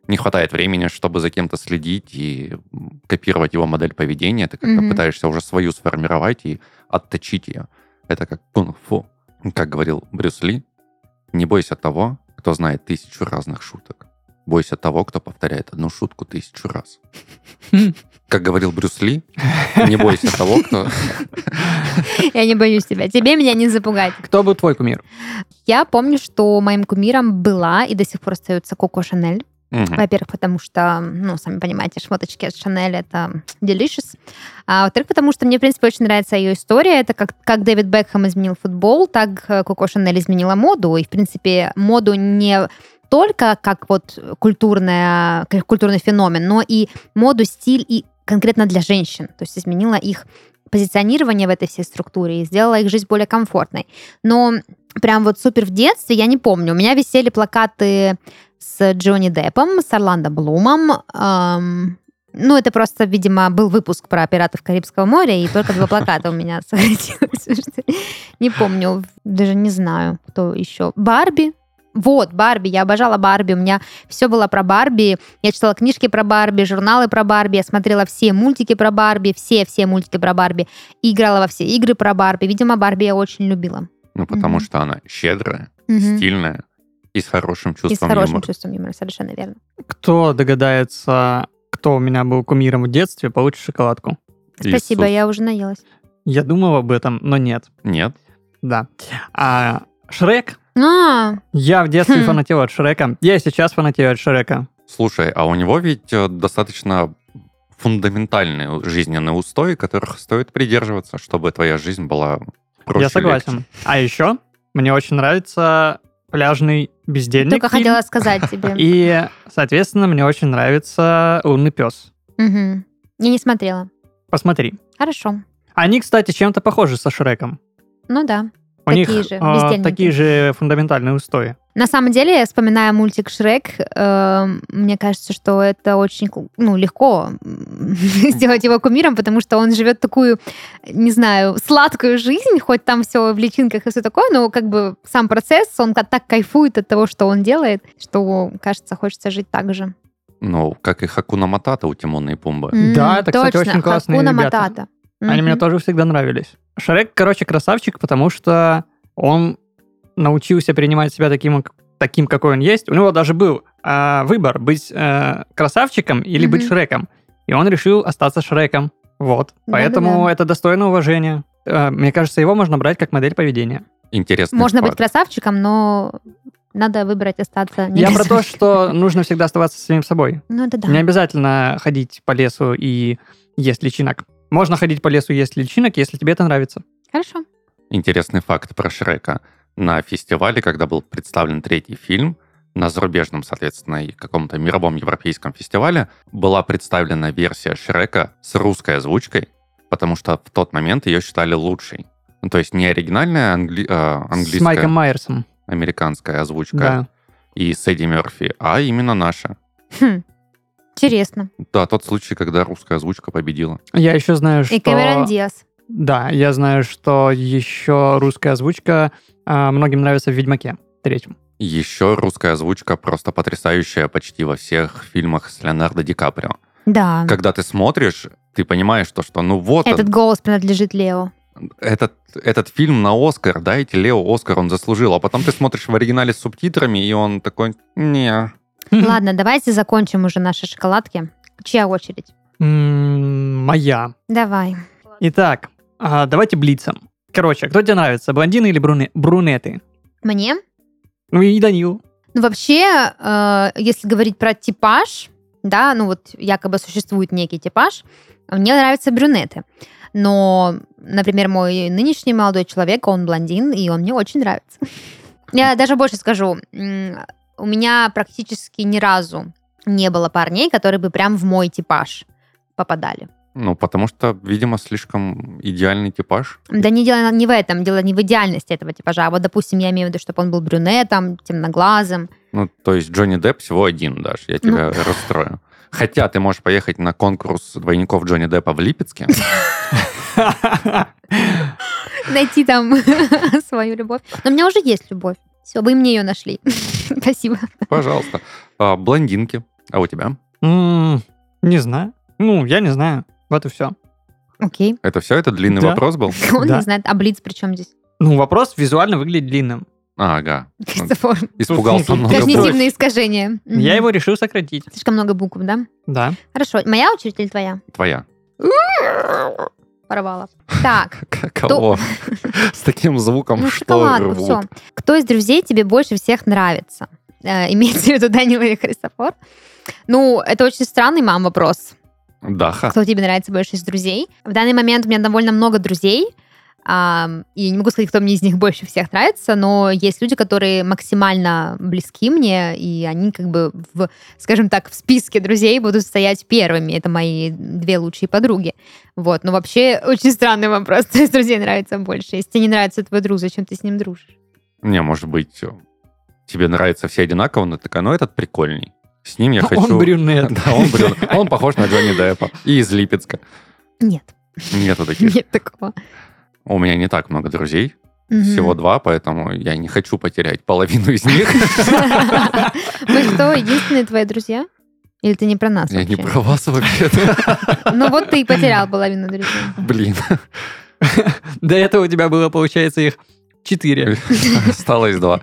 A: не хватает времени, чтобы за кем-то следить и копировать его модель поведения. Ты как-то
B: Мгм.
A: пытаешься уже свою сформировать и отточить ее. Это как кунг-фу. Как говорил Брюс Ли, не бойся того, кто знает тысячу разных шуток. Бойся того, кто повторяет одну шутку тысячу раз. Как говорил Брюс Ли, не бойся того, кто...
B: Я не боюсь тебя. Тебе меня не запугать.
C: Кто был твой кумир?
B: Я помню, что моим кумиром была и до сих пор остается Коко Шанель.
A: Мгм.
B: Во-первых, потому что, ну, сами понимаете, шмоточки от Шанель — это delicious. А во-вторых, потому что мне, в принципе, очень нравится ее история. Это как, как Дэвид Бекхэм изменил футбол, так э, Коко Шанель изменила моду. И, в принципе, моду не только как вот культурная, как культурный феномен, но и моду, стиль и конкретно для женщин. То есть изменила их позиционирование в этой всей структуре и сделала их жизнь более комфортной. Но прям вот супер в детстве я не помню. У меня висели плакаты с Джонни Деппом, с Орландо Блумом. Эм, ну, это просто, видимо, был выпуск про пиратов Карибского моря, и только два плаката у меня сохранилось. потому что Не помню, даже не знаю, кто еще. Барби. Вот, Барби, я обожала Барби, у меня все было про Барби, я читала книжки про Барби, журналы про Барби, я смотрела все мультики про Барби, все-все мультики про Барби, и играла во все игры про Барби, видимо, Барби я очень любила.
A: Ну, потому
B: Мгм.
A: что она щедрая,
B: Мгм.
A: стильная и с хорошим
B: И с
A: чувством
B: хорошим
A: юмора.
B: чувством юмора, совершенно верно.
C: Кто догадается, кто у меня был кумиром в детстве, получит шоколадку.
B: Спасибо,
A: Иисус.
B: я уже наелась.
C: Я думал об этом, но нет.
A: Нет.
C: Да. А Шрек.
B: А,
C: Я в детстве
B: Хм.
C: фанател от Шрека. Я и сейчас фанатею от Шрека.
A: Слушай, а у него ведь э, достаточно фундаментальные жизненные устои, которых стоит придерживаться, чтобы твоя жизнь была проще.
C: я согласен.
A: легче.
C: А еще мне очень нравится пляжный бездельник.
B: Только
C: фильм.
B: хотела сказать тебе.
C: И, соответственно, мне очень нравится лунный пес.
B: Мгм. Я не смотрела.
C: Посмотри.
B: Хорошо.
C: Они, кстати, чем-то похожи со Шреком.
B: Ну да.
C: У
B: Такие
C: них
B: же,
C: а,
B: бездельники.
C: такие же фундаментальные устои.
B: На самом деле, я вспоминаю мультик Шрек, э, мне кажется, что это очень ку- ну, легко м, сделать его кумиром, потому что он живет такую, не знаю, сладкую жизнь, хоть там все в личинках и все такое, но как бы сам процесс, он ка- так кайфует от того, что он делает, что, кажется, хочется жить так же.
A: Ну, как и Хакуна Матата у Тимона и Пумбы.
B: М,
C: Да, это, кстати,
B: точно,
C: очень классные
B: Хакуна
C: ребята.
B: Матата.
C: Они
B: Мгм.
C: мне тоже всегда нравились. Шрек, короче, красавчик, потому что он научился принимать себя таким, таким какой он есть. У него даже был а, выбор быть э, красавчиком или быть
B: Мгм.
C: Шреком. И он решил остаться Шреком. Вот.
B: Да-да-да.
C: Поэтому это достойно уважения. Э, мне кажется, его можно брать как модель поведения.
A: Интересный
B: Можно быть
A: факт.
B: красавчиком, но надо выбрать остаться. не
C: Я про то,
B: красавчиком.
C: что нужно всегда оставаться самим собой.
B: Ну это да.
C: Не обязательно ходить по лесу и есть личинок. Можно ходить по лесу и есть личинок, если тебе это нравится.
B: Хорошо.
A: Интересный факт про Шрека. На фестивале, когда был представлен третий фильм, на зарубежном, соответственно, и каком-то мировом европейском фестивале была представлена версия Шрека с русской озвучкой, потому что в тот момент ее считали лучшей. Ну, то есть не оригинальная англи- э,
C: С Майком
A: английская,
C: Майерсом.
A: американская озвучка
C: Да.
A: и с Эдди Мерфи, а именно наша.
B: Хм. Интересно.
A: Да, тот случай, когда русская озвучка победила.
C: Я еще знаю, что...
B: И Кэмерон Диас.
C: Да, я знаю, что еще русская озвучка а, многим нравится в «Ведьмаке» третьем.
A: Еще русская озвучка просто потрясающая почти во всех фильмах с Леонардо Ди Каприо.
B: Да.
A: когда ты смотришь, ты понимаешь то, что ну вот он,
B: Этот голос принадлежит Лео.
A: этот, этот фильм на Оскар, дайте Лео Оскар, он заслужил. А потом ты смотришь в оригинале с субтитрами, и он такой, не.
B: Ладно, давайте закончим уже наши шоколадки. Чья очередь?
C: М, Моя.
B: Давай.
C: Итак, а, давайте блицам. Короче, кто тебе нравится, блондины или бруне- брунеты?
B: Мне?
C: Ну и Данил.
B: Ну, вообще, э, если говорить про типаж, да, ну вот якобы существует некий типаж, мне нравятся брюнеты. Но, например, мой нынешний молодой человек, он блондин, и он мне очень нравится. Я даже больше скажу, м, у меня практически ни разу не было парней, которые бы прям в мой типаж попадали.
A: Ну, потому что, видимо, слишком идеальный типаж.
B: Да не дело не в этом, дело не в идеальности этого типажа. А вот, допустим, я имею в виду, чтобы он был брюнетом, темноглазым.
A: Ну, то есть Джонни Депп всего один, Даш, я тебя расстрою. Хотя ты можешь поехать на конкурс двойников Джонни Деппа в Липецке.
B: Найти там свою любовь. Но у меня уже есть любовь. Все, вы мне ее нашли. Спасибо.
A: Пожалуйста. А, Блондинки. А у тебя?
C: М, Не знаю. Ну, я не знаю. Вот и все.
B: Окей.
A: Это все? Это длинный
C: Да.
A: вопрос был?
B: Он
C: Да.
B: не знает. А Блиц при чем здесь?
C: Ну, вопрос визуально выглядит длинным.
A: А, ага.
B: Кристофор.
A: Испугался
C: Тут- тут-
A: много
C: тут-
A: букв.
B: Когнитивные искажения. Мгм.
C: Я его решил сократить.
B: Слишком много букв, да?
C: Да.
B: Хорошо. Моя очередь или твоя?
A: Твоя.
B: Порвала. Так,
A: К- Кого? С таким звуком
B: ну
A: что
B: шоколадку, все.
A: рвут?
B: Кто из друзей тебе больше всех нравится? Э, имеется в виду Данила и Христофор. Ну, это очень странный, мам, вопрос.
A: Даха.
B: Кто тебе нравится больше из друзей? В данный момент у меня довольно много друзей. ам, и я не могу сказать, кто мне из них больше всех нравится, но есть люди, которые максимально близки мне, и они как бы, в, скажем так, в списке друзей будут стоять первыми. Это мои две лучшие подруги. Вот, но вообще очень странный вопрос. То есть друзей нравится больше. Если тебе не нравится твой друг, зачем ты с ним дружишь?
A: Не, может быть, э, тебе нравятся все одинаково, но ты такая, ну этот прикольный. С ним я хочу...
C: Он брюнет.
A: Да, он брюнет. Он похож на Джонни Деппа. И из Липецка.
B: Нет,
A: Нету таких.
B: нет такого.
A: У меня не так много друзей.
B: Мгм.
A: Всего два, поэтому я не хочу потерять половину из них.
B: Ну что, единственные твои друзья? Или ты не про нас
A: Я не
B: вообще?
A: про вас вообще
B: Ну вот ты и потерял половину друзей.
A: Блин,
C: До этого у тебя было, получается, их
A: Э,
C: четыре.
A: осталось два.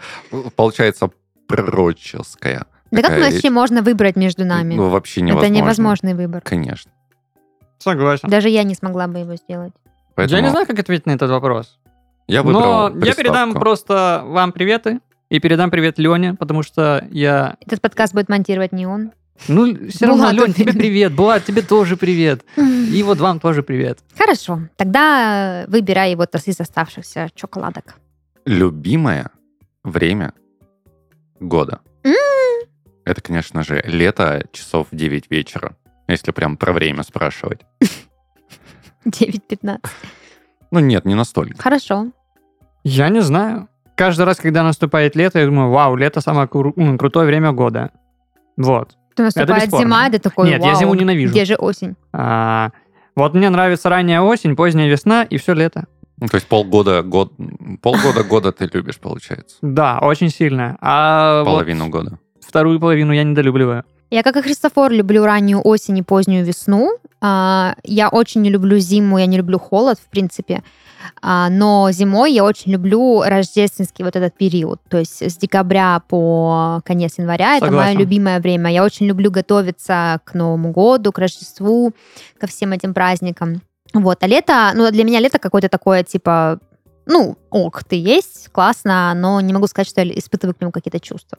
A: Получается, пророческая.
B: Да как
A: Такая-
B: вообще можно выбрать между нами?
A: Э, Ну, вообще
B: Это
A: невозможно.
B: невозможный выбор.
A: Конечно.
C: Согласен.
B: Даже я не смогла бы его сделать.
C: Я
A: Поэтому
C: не знаю, как ответить на этот вопрос.
A: Я
C: Но
A: выбрал
C: я передам
A: приставку.
C: просто вам приветы. И передам привет Лене, потому что я...
B: Этот подкаст будет монтировать не он.
C: Ну, все равно,
B: Булат,
C: Лен, тебе
B: привет.
C: привет. Булат, тебе тоже привет. И вот вам тоже привет.
B: Хорошо, тогда э, выбирай вот из оставшихся шоколадок.
A: Любимое время года.
B: М.
A: Это, конечно же, лето часов в 9 вечера, если прям про время спрашивать.
B: 9-15.
A: Ну нет, не настолько.
B: Хорошо.
C: Я не знаю. Каждый раз, когда наступает лето, я думаю, вау, лето самое кру- м, крутое время года. Вот.
B: Ты наступает
C: бесспорно.
B: зима, и ты такой,
C: Нет, я
B: «Вау,
C: зиму ненавижу».
B: Где же осень?
C: А, вот мне нравится ранняя осень, поздняя весна и все лето.
A: Ну, то есть полгода, год, полгода года ты любишь, получается.
C: Да, очень сильно. А вот
A: Половину года.
C: вторую половину я недолюбливаю.
B: Я, как и Христофор, люблю раннюю осень и позднюю весну. А, Я очень не люблю зиму, я не люблю холод, в принципе. А, Но зимой я очень люблю рождественский вот этот период. То есть с декабря по конец января. Это
C: Согласен.
B: мое любимое время. Я очень люблю готовиться к Новому году, к Рождеству, ко всем этим праздникам. Вот, а лето, ну, для меня лето какое-то такое, типа, ну, ок, ты есть, классно, но не могу сказать, что я испытываю к нему какие-то чувства.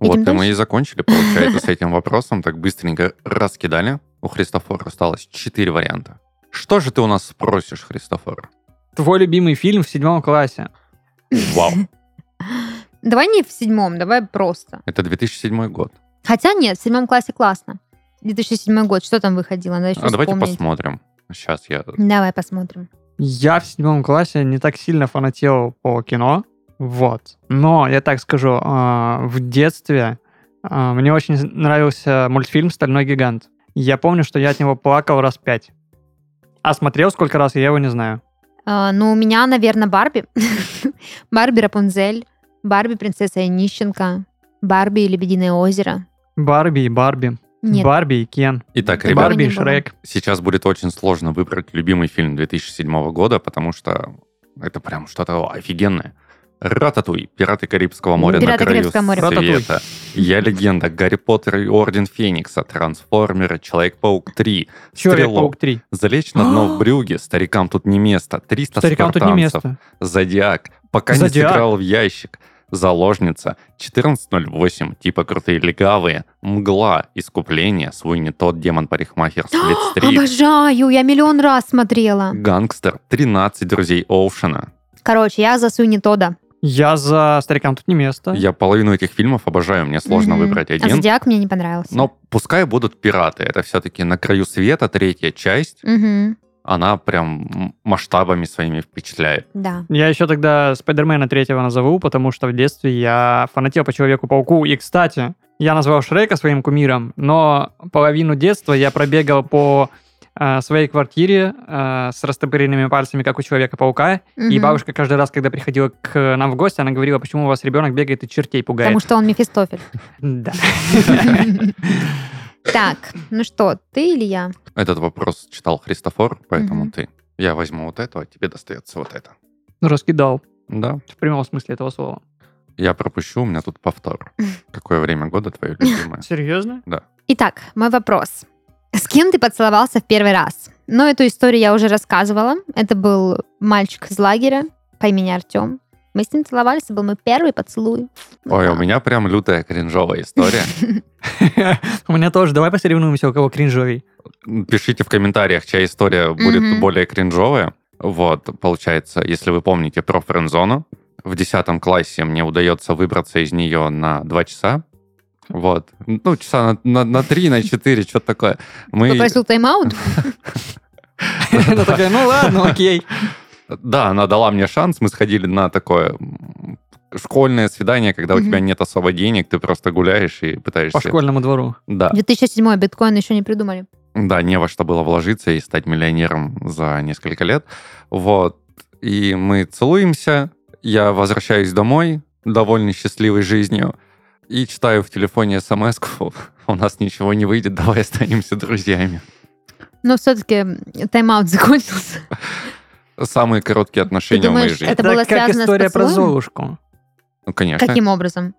A: Вот и
B: дальше?
A: мы и закончили, получается, с этим вопросом. Так быстренько раскидали. У Христофора осталось 4 варианта. Что же ты у нас спросишь, Христофор?
C: Твой любимый фильм в седьмом классе.
A: Вау.
B: Давай не в седьмом, давай просто.
A: Это 2007 год.
B: Хотя нет, в седьмом классе классно. 2007 год, что там выходило? Надо еще
A: А давайте
B: вспомнить.
A: посмотрим. Сейчас я...
B: Давай посмотрим.
C: Я в седьмом классе не так сильно фанател по кино. Вот. Но, я так скажу, а, в детстве а, мне очень нравился мультфильм «Стальной гигант». Я помню, что я от него плакал раз пять. А смотрел сколько раз, я его не знаю.
B: А, ну, у меня, наверное, Барби. Барби Рапунзель, Барби Принцесса и Нищенка, Барби и Лебединое озеро.
C: Барби и Барби.
B: Нет,
C: Барби и Кен.
A: Итак,
B: Такого
A: ребят,
C: Барби и
B: не было.
C: Шрек.
A: сейчас будет очень сложно выбрать любимый фильм 2007 года, потому что это прям что-то офигенное. «Рататуй», «Пираты Карибского моря на
B: «Пираты
A: краю
B: Карибского моря».
C: «Рататуй».
A: света», «Я легенда», «Гарри Поттер и Орден Феникса», «Трансформеры», «Человек-паук 3»,
C: Человек-паук 3.
A: «Залечь на
B: А!
A: дно в брюге», «Старикам тут не место», «300
C: Старикам тут не
A: спартанцев»,
C: место.
A: «Зодиак», «Пока
C: «Зодиак».
A: не сыграл в ящик», Заложница, 14.08, типа крутые легавые, мгла, искупление, свой не тот демон-парикмахер, сплит-стрит,
B: Обожаю, я миллион раз смотрела.
A: гангстер, 13 друзей Оушена.
B: Короче, я за Суини Тода.
C: Я за старикам тут не место.
A: Я половину этих фильмов обожаю, мне сложно выбрать
B: А
A: один.
B: Зодиак мне не понравился.
A: Но пускай будут пираты, это все-таки на краю света третья часть,
B: Мгм,
A: она прям м- масштабами своими впечатляет.
B: Да.
C: Я еще тогда Спайдермена третьего назову, потому что в детстве я фанател по Человеку-пауку. И, кстати, я назвал Шрека своим кумиром, но половину детства я пробегал по э, своей квартире э, с растопыренными пальцами, как у Человека-паука. И
B: Мгм.
C: бабушка каждый раз, когда приходила к нам в гости, она говорила, почему у вас ребенок бегает и чертей пугает.
B: Потому что он Мефистофель.
C: Да.
B: Так, ну что, ты или я?
A: Этот вопрос читал Христофор, поэтому
B: Мгм.
A: ты. Я возьму вот это, а тебе достается вот это.
C: Ну, Раскидал.
A: Да,
C: В прямом смысле этого слова.
A: я пропущу, у меня тут повтор. Какое время года твое любимое?
C: Серьезно?
B: Итак, мой вопрос. С кем ты поцеловался в первый раз? Но эту историю я уже рассказывала. Это был мальчик из лагеря по имени Артем. Мы с ним целовались, это был мой первый поцелуй.
A: Ой,
B: Да.
A: у меня прям лютая кринжовая история.
C: У меня тоже. Давай посоревнуемся, у кого кринжовый.
A: Пишите в комментариях, чья история будет
B: Мгм.
A: более кринжовая. Вот, получается, если вы помните про френдзону, в 10 классе мне удается выбраться из нее на 2 часа. Вот. Ну, часа на, на, 3, на 4, что-то такое.
C: Ну
A: Мы...
B: Попросил тайм-аут?
C: Она такая, ну ладно, окей.
A: Да, она дала мне шанс. Мы сходили на такое м, школьное свидание, когда у
B: Мгм.
A: тебя нет особо денег, ты просто гуляешь и пытаешься...
C: По школьному двору.
A: Да,
B: 2007 биткоин еще не придумали.
A: да, не во что было вложиться и стать миллионером за несколько лет. Вот. И мы целуемся. Я возвращаюсь домой, довольно счастливой жизнью, и читаю в телефоне смс у нас ничего не выйдет, давай останемся друзьями.
B: Но все-таки тайм-аут закончился.
A: Самые короткие отношения
B: думаешь,
A: в моей жизни.
B: Это было
C: как
B: связано с
C: история про
B: поцелуем?
C: Золушку.
A: Ну, конечно.
B: Каким образом?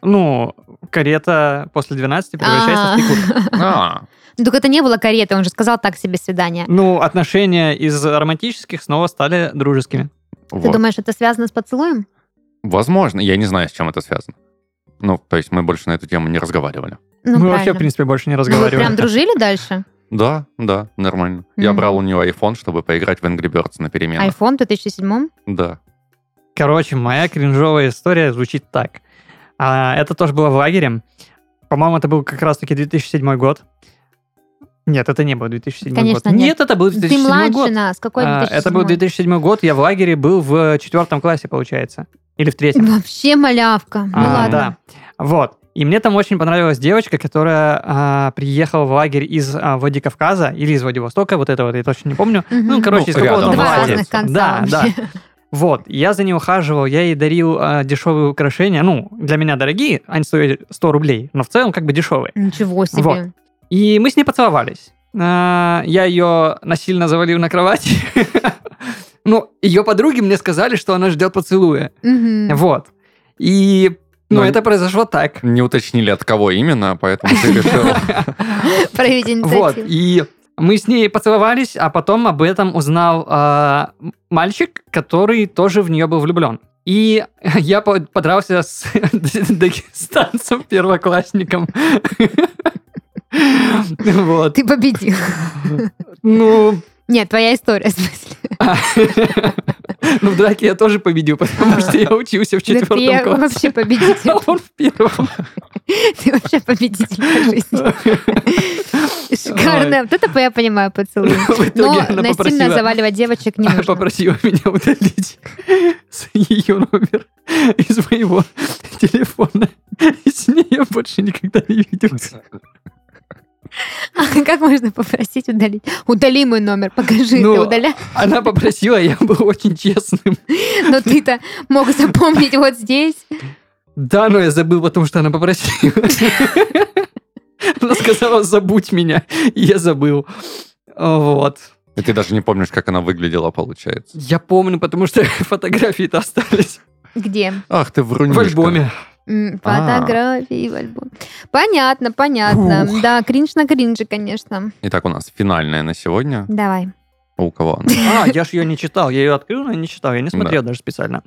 C: Ну, карета после 12 превращается
B: А.
C: в тыкву.
A: А,
B: Ну, Только это не было кареты, он же сказал так себе свидание.
C: Ну, отношения из романтических снова стали дружескими.
B: Ты
A: вот.
B: думаешь, это связано с поцелуем?
A: Возможно, я не знаю, с чем это связано. Ну, то есть мы больше на эту тему не разговаривали.
B: Ну,
C: Мы вообще, в
B: правильно.
C: принципе, больше не
B: Вы прям
C: разговаривали.
B: дружили дальше?
A: Да, да, нормально. Я
B: Мгм.
A: брал у него iPhone, чтобы поиграть в Angry Birds на
C: ну.
A: переменах.
B: Айфон в 2007?
A: Да.
C: Короче, моя кринжовая история звучит так. А, это тоже было в лагере. По-моему, это был как раз-таки 2007 год. Нет, это не был 2007
B: Конечно,
C: год.
B: нет.
C: это был
B: Ты
C: 2007 год.
B: младше нас. Какой
C: А,
B: 2007?
C: это был 2007 год, я в лагере был в четвертом классе, получается. Или в третьем.
B: Вообще малявка. Ну
C: А,
B: ладно.
C: Да. Вот. И мне там очень понравилась девочка, которая а, приехала в лагерь из а, Владикавказа или из Владивостока, вот этого я точно не помню.
B: Мгм.
C: Ну, короче, из
A: Ну,
C: какого-то
A: рядом
B: Два
A: находится.
B: разных конца
C: Да, да.
B: вообще.
C: Вот, я за ней ухаживал, я ей дарил а, дешевые украшения, ну, для меня дорогие, они стоили 100 рублей, но в целом как бы дешевые.
B: Ничего себе.
C: Вот. И мы с ней поцеловались. А, Я ее насильно завалил на кровать. Ну, ее подруги мне сказали, что она ждет поцелуя.
B: Мгм.
C: Вот. И, ну,
A: Но-
C: это произошло так.
A: Не уточнили, от кого именно, поэтому ты решил.
B: Проявить
C: Вот,
B: инициативу.
C: и мы с ней поцеловались, а потом об этом узнал а, м- мальчик, который тоже в нее был влюблен. И я по- подрался с дагестанцем первоклассником. Вот.
B: Ты победил.
C: Ну,
B: Нет, твоя история, в смысле.
C: а, ну, в драке я тоже победил, потому что я учился в
B: Да
C: четвертом
B: ты
C: классе.
B: вообще
C: А
B: победитель.
C: он в первом.
B: Ты вообще победитель по жизни. Шикарно. Вот это я понимаю поцелуй.
C: В итоге
B: Но
C: она
B: насильно
C: попросила-
B: заваливать девочек не
C: Она
B: нужно.
C: попросила А, меня удалить с ее номер из моего телефона. И с ней я больше никогда не виделся.
B: А Как можно попросить удалить? Удали мой номер, покажи.
C: Ну,
B: Ты удаляй.
C: Она попросила, я был очень честным.
B: Но ты-то мог запомнить вот здесь.
C: Да, но я забыл, потому что она попросила. Она сказала, забудь меня. И я забыл. Вот.
A: И ты даже не помнишь, как она выглядела, получается.
C: Я помню, потому что фотографии-то остались
B: Где?
A: Ах, ты
C: в
A: врунишка.
C: альбоме.
B: М,
A: А.
B: Фотографии в альбом. Понятно, понятно.
C: Ух.
B: Да, кринж на кринже, конечно.
A: Итак, у нас финальная на сегодня.
B: Давай.
A: У кого она?
C: А, я же ее не читал. Я ее открыл, но не читал. Я не смотрел даже специально.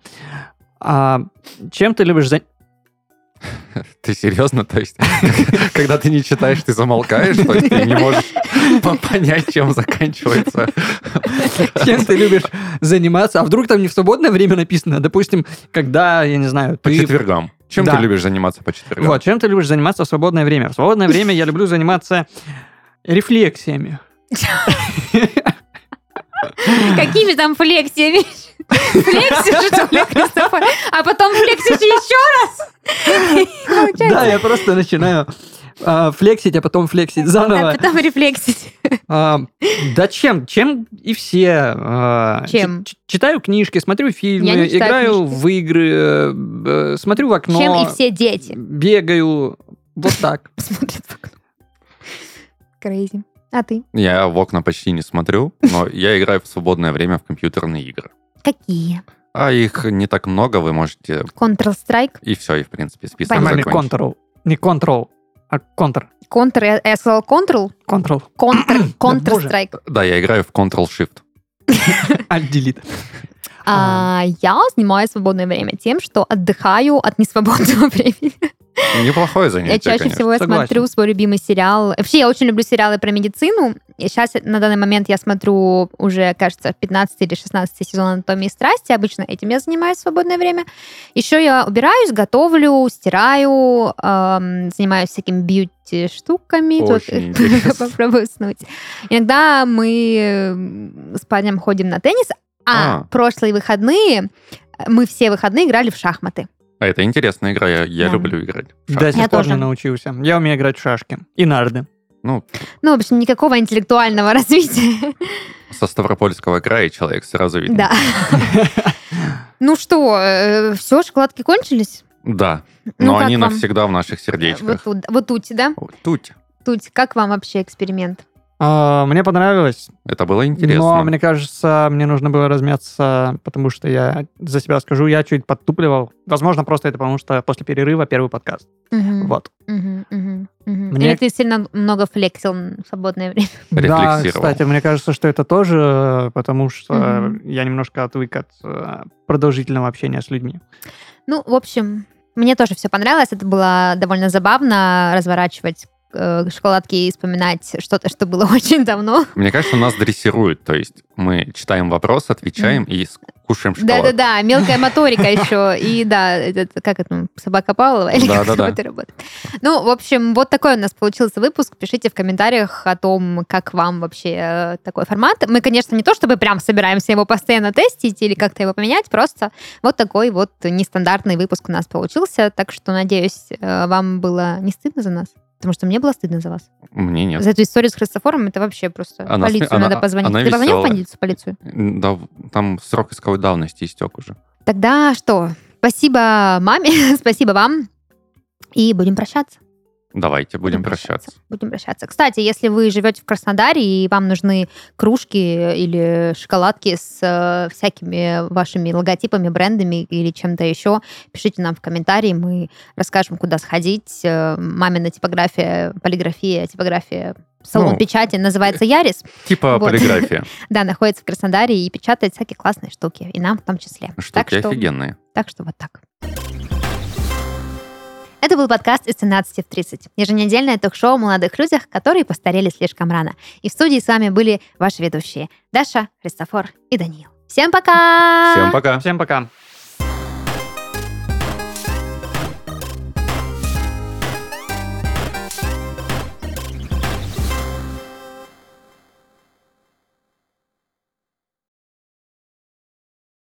C: А чем ты любишь заняться?
A: Ты серьезно? То есть, когда ты не читаешь, ты замолкаешь, то есть ты не можешь по- понять, чем заканчивается.
C: Чем ты любишь заниматься? А вдруг там не в свободное время написано? Допустим, когда, я не знаю,
A: По
C: ты...
A: четвергам. Чем
C: Да.
A: ты любишь заниматься по четвергам?
C: Вот, чем ты любишь заниматься в свободное время? В свободное время я люблю заниматься рефлексиями.
B: Какими там флексиями? Флексишь, что ли, Кристофор? А потом флексишь еще раз?
C: Да,
B: Получается.
C: я просто начинаю а, флексить, а потом флексить
B: А
C: заново.
B: потом рефлексить.
C: А, Да чем? Чем и все. а,
B: Чем?
C: ч- ч- Читаю книжки, смотрю
B: Я
C: фильмы,
B: не читаю
C: играю
B: книжки.
C: в игры, э, э, смотрю в окно.
B: Чем и все дети
C: Бегаю. Вот так.
B: смотрят в окно. Крейзи. А ты?
A: Я в окна почти не смотрю, но я играю в свободное время в компьютерные игры.
B: Какие?
A: А их не так много, вы можете...
B: Counter-Strike? и
A: И все, и в принципе список
B: Понятно.
C: Нормальный
A: закончен.
C: контрол. Не контрол, а контр.
B: Контр, я, я сказала контрол?
C: Контрол.
B: Контр,
C: боже.
B: Counter-Strike.
A: Да, я играю в Ctrl-Shift.
C: Alt-delete.
B: А, я занимаю свободное время тем, что отдыхаю от несвободного времени.
A: Неплохое
B: Я
A: занятие,
B: чаще
A: конечно.
B: всего я
C: Согласен.
B: смотрю свой любимый сериал. Вообще, я очень люблю сериалы про медицину. Сейчас, на данный момент, я смотрю уже, кажется, 15 или 16 сезон «Анатомии страсти». Обычно этим я занимаюсь в свободное время. Еще я убираюсь, готовлю, стираю, эм, занимаюсь всякими бьюти-штуками. Тут
A: Очень интересно.
B: Попробую уснуть. Иногда мы эм, с парнем ходим на теннис, а,
A: А.
B: прошлые выходные э, мы все выходные играли в шахматы.
A: А это интересная игра, я, я
B: Да.
A: люблю играть. в
C: До
A: шахматы.
C: сих пор
B: тоже.
C: не научился. Я умею играть в шашки. И нарды.
A: Ну,
B: Ну, в общем, никакого интеллектуального развития.
A: со Ставропольского края человек сразу видно.
B: Да. Ну что, все, шоколадки кончились?
A: Да,
B: Ну,
A: но
B: как
A: они
B: вам?
A: навсегда в наших
B: Вот
A: сердечках.
B: тут- Вот тути, да?
A: Тут.
B: Тути, как вам вообще эксперимент?
C: А, Мне понравилось.
A: Это было интересно.
C: Но, Ну, а мне кажется, мне нужно было размяться, потому что я за себя скажу, я чуть подтупливал. Возможно, просто это потому, что после перерыва первый подкаст.
B: Мгм,
C: Вот.
B: мгм, мгм, мгм.
C: Мне-
B: Или ты сильно много флексил в свободное время?
C: Да,
A: Рефлексировал.
C: кстати, мне кажется, что это тоже, э, потому что
B: Мгм.
C: я немножко отвык от э, продолжительного общения с людьми.
B: Ну, в общем, мне тоже все понравилось. Это было довольно забавно разворачивать э, шоколадки и вспоминать что-то, что было очень давно.
A: Мне кажется, нас дрессируют. То есть мы читаем вопрос, отвечаем и с- кушаем шоколад.
B: Да-да-да, мелкая моторика еще. И да, этот, как это, ну, собака Павлова или как
A: Да-да-да.
B: это работает. Ну, в общем, вот такой у нас получился выпуск. Пишите в комментариях о том, как вам вообще э, такой формат. Мы, конечно, не то чтобы прям собираемся его постоянно тестить или как-то его поменять, просто вот такой вот нестандартный выпуск у нас получился. Так что, надеюсь, э, вам было не стыдно за нас. Потому что мне было стыдно за вас.
A: Мне нет.
B: За эту историю с Христофором это вообще просто.
A: Она-
B: полицию
A: она- а,
B: надо позвонить.
A: она
B: Ты позвонил в
A: веселая.
B: полицию? полицию?
A: Да, там срок исковой давности истек уже.
B: Тогда что? Спасибо маме, спасибо вам. И будем прощаться.
A: Давайте будем прощаться.
B: Будем прощаться. Кстати, если вы живете в Краснодаре и вам нужны кружки или шоколадки с э, всякими вашими логотипами, брендами или чем-то еще, пишите нам в комментарии, мы расскажем, куда сходить. Э, Мамина типография, полиграфия, типография, салон
A: Ну,
B: печати называется Ярис.
A: Типа
B: Вот.
A: полиграфия.
B: Да, находится в Краснодаре и печатает всякие классные штуки, и нам в том числе. так
A: Штуки
B: что
A: офигенные.
B: так что вот так. Это был подкаст из 17 в 30. Еженедельное ток-шоу о молодых людях, которые постарели слишком рано. И в студии с вами были ваши ведущие Даша, Христофор и Даниил. Всем пока!
A: Всем пока.
C: Всем пока.